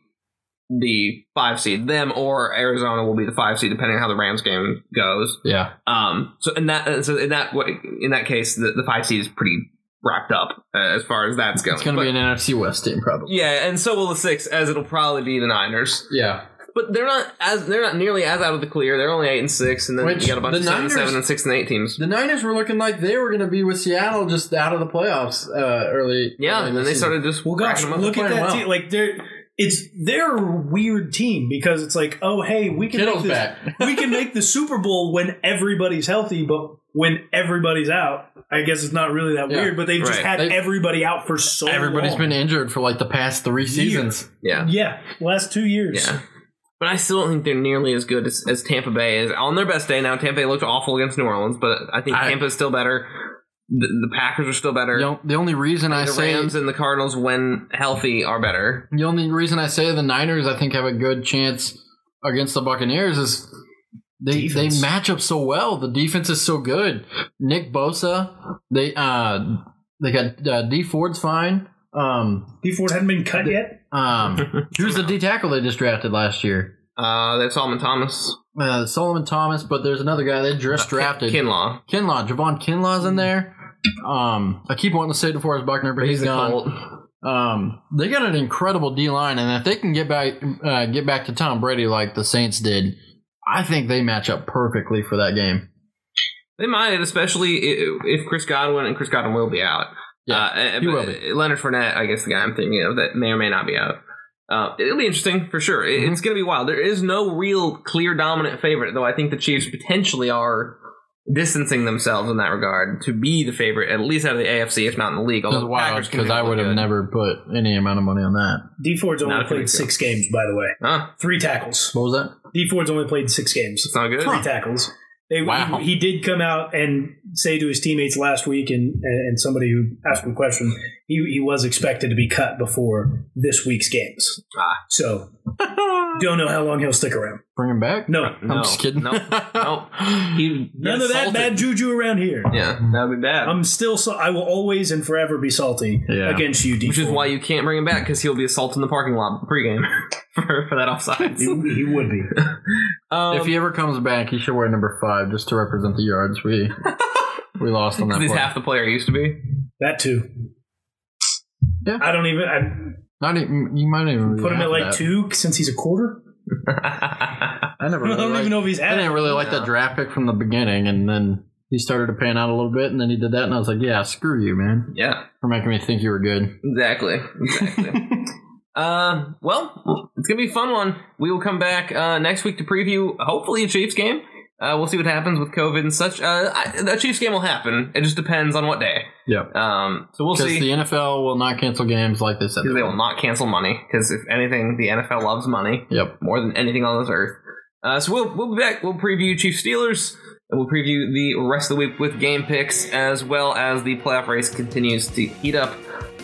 S3: the five seed. Them or Arizona will be the five seed, depending on how the Rams game goes.
S4: Yeah.
S3: Um, so in that, so in that way, in that case, the, the five seed is pretty wrapped up uh, as far as that's going.
S4: It's going to
S3: But-
S4: be an NFC West team, probably.
S3: yeah, and so will the six, as it'll probably be the Niners
S4: Yeah.
S3: but they're not as they're not nearly as out of the clear. They're only eight and six, and then
S4: Which,
S3: you got a bunch
S4: the
S3: of seven,
S4: Niners-
S3: seven, and six and eight teams.
S4: The Niners were looking like they were going to be with Seattle just out of the playoffs uh, early.
S3: Yeah,
S4: early
S3: and then
S4: this
S3: they
S4: season.
S3: started just
S2: well, gosh,
S3: cracking them up.
S2: look at
S4: playing
S2: that
S4: well.
S2: team. Like they're it's they're a weird team because it's like, oh hey, we can
S4: Kittle's
S2: make this,
S4: back.
S2: we can make the Super Bowl when everybody's healthy, but when everybody's out, I guess it's not really that
S4: Yeah.
S2: weird. But they've just
S3: Right.
S2: had
S4: They've-
S2: everybody out for so.
S4: Everybody's
S2: long.
S4: been injured for like the past three seasons.
S3: yeah,
S2: yeah, last two years.
S3: yeah. But I still don't think they're nearly as good as, as Tampa Bay is on their best day. Now Tampa Bay looked awful against New Orleans, but I think
S4: I-
S3: Tampa's still better. The, the Packers are still better.
S4: The on- The only reason I
S3: the
S4: say
S3: Rams and the Cardinals, when healthy, are better.
S4: The only reason I say the Niners, I think, have a good chance against the Buccaneers is they
S2: Defense.
S4: they match up so well. The defense is so good. Nick Bosa, they uh they got uh, D Ford's fine. Um,
S2: D Ford hadn't been cut yet.
S4: um, who's the D tackle they just drafted last year?
S3: Uh, they have Solomon Thomas,
S4: Uh, Solomon Thomas, but there's another guy they just drafted.
S3: Kinlaw.
S4: Kinlaw, Javon Kinlaw's in there. Um, I keep wanting to say DeForest Buckner, but he's
S3: He's a
S4: gone.
S3: Colt.
S4: Um, they got an incredible D line, and if they can get back uh, get back to Tom Brady like the Saints did, I think they match up perfectly for that game.
S3: They might, especially i- if Chris Godwin and Chris Godwin will be out.
S4: Yeah,
S3: uh,
S4: he
S3: but
S4: will be.
S3: Leonard Fournette, I guess the guy I'm thinking of that may or may not be out. Uh, it'll be interesting for sure.
S4: Mm-hmm.
S3: It- It's going to be wild. There is no real clear dominant favorite, though. I think the Chiefs potentially are distancing themselves in that regard to be the favorite, at least out of the AFC, if not in the league.
S4: That's
S3: Although
S4: wild
S3: Packers can
S4: because
S3: do
S4: I would have
S3: good.
S4: never put any amount of money on that.
S2: D Ford's only
S3: Not a
S2: played
S3: good
S2: six games, by the way.
S3: Huh?
S2: Three tackles.
S4: What was that?
S2: D Ford's only played six games.
S3: It's not good.
S2: Three tackles. They,
S4: Wow.
S2: he, he did come out and say to his teammates last week, and, and somebody who asked him a question, he, he was expected to be cut before this week's games.
S3: Ah.
S2: So Don't know how long he'll stick around.
S4: Bring him back?
S2: No,
S4: I'm
S3: No.
S4: just kidding.
S3: Nope. Nope. He
S2: none of that
S3: insulted-
S2: bad juju around here.
S3: Yeah, that would be bad.
S2: I'm still so I will always and forever be salty
S4: Yeah.
S2: against you, D.
S3: Which is why you can't bring him back because he'll be assaulted in the parking lot pregame for, for that offside.
S2: he, he would be.
S3: Um,
S4: if he ever comes back, he should wear number five just to represent the yards we we lost on that.
S3: he's
S4: play.
S3: half the player he used to be.
S2: That too.
S4: Yeah.
S2: I don't even I
S4: Not even you might even
S2: put him at like
S4: that.
S2: two since he's a quarter.
S4: I never.
S2: I
S4: Really
S2: don't
S4: liked-
S2: even know if he's
S4: I
S2: at.
S4: didn't really like that draft pick from the beginning, and then he started to pan out a little bit, and then he did that, and I was like, "Yeah, screw you, man,
S3: yeah,
S4: for making me think you were good."
S3: exactly. Exactly. uh, well, it's gonna be a fun one. We will come back uh, next week to preview hopefully a Chiefs game. Uh, we'll see what happens with COVID and such. Uh, I, the Chiefs game will happen. It just depends on what day.
S4: Yep.
S3: Um, so we'll
S4: Because
S3: see.
S4: the NFL will not cancel games like they said.
S3: Because
S4: they
S3: they will not cancel money. Because if anything, the NFL loves money.
S4: will. Yep.
S3: more than anything on this earth. Uh, so we'll we'll be back. We'll preview Chiefs Steelers, and we'll preview the rest of the week with game picks as well as the playoff race continues to heat up.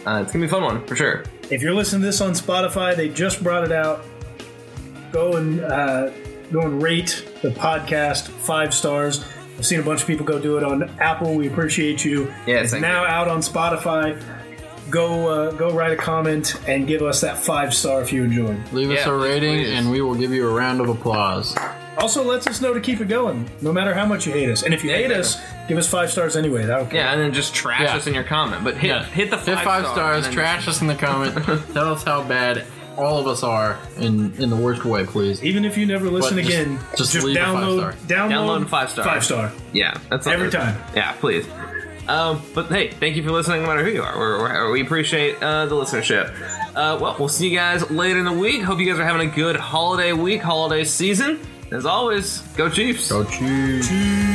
S3: Uh, it's gonna be a fun one for sure.
S2: If you're listening to this on Spotify, they just brought it out. Go and uh, go and rate the podcast five stars. I've seen a bunch of people go do it on Apple. We appreciate you.
S3: Yeah,
S2: it's
S3: thank
S2: now out on Spotify. Go uh, go write a comment and give us that five star if you enjoyed.
S4: Leave us
S3: Yeah,
S4: a rating,
S3: please.
S4: and we will give you a round of applause.
S2: Also, lets us know to keep it going, no matter how much you hate us. And if you
S3: Yeah,
S2: hate
S3: yeah.
S2: us, give us five stars anyway. That'll count.
S3: Yeah, and then just trash
S4: Yeah.
S3: us in your comment, but hit hit the five,
S4: hit five
S3: and
S4: stars.
S3: then-
S4: Trash us in the comment. Tell us how bad all of us are in in the worst way, please.
S2: Even if you never listen
S4: just-
S2: again,
S4: just
S2: just,
S4: leave a five
S2: download,
S4: star.
S2: download
S3: Download five star.
S2: Five star.
S3: Yeah, that's
S2: Every time.
S3: Yeah, please. Um, but hey, thank you for listening, no matter who you are. We're, we're, we appreciate uh, the listenership. Uh, well, we'll see you guys later in the week. Hope you guys are having a good holiday week, holiday season. As always, go Chiefs.
S4: Go Chiefs.
S2: Cheers.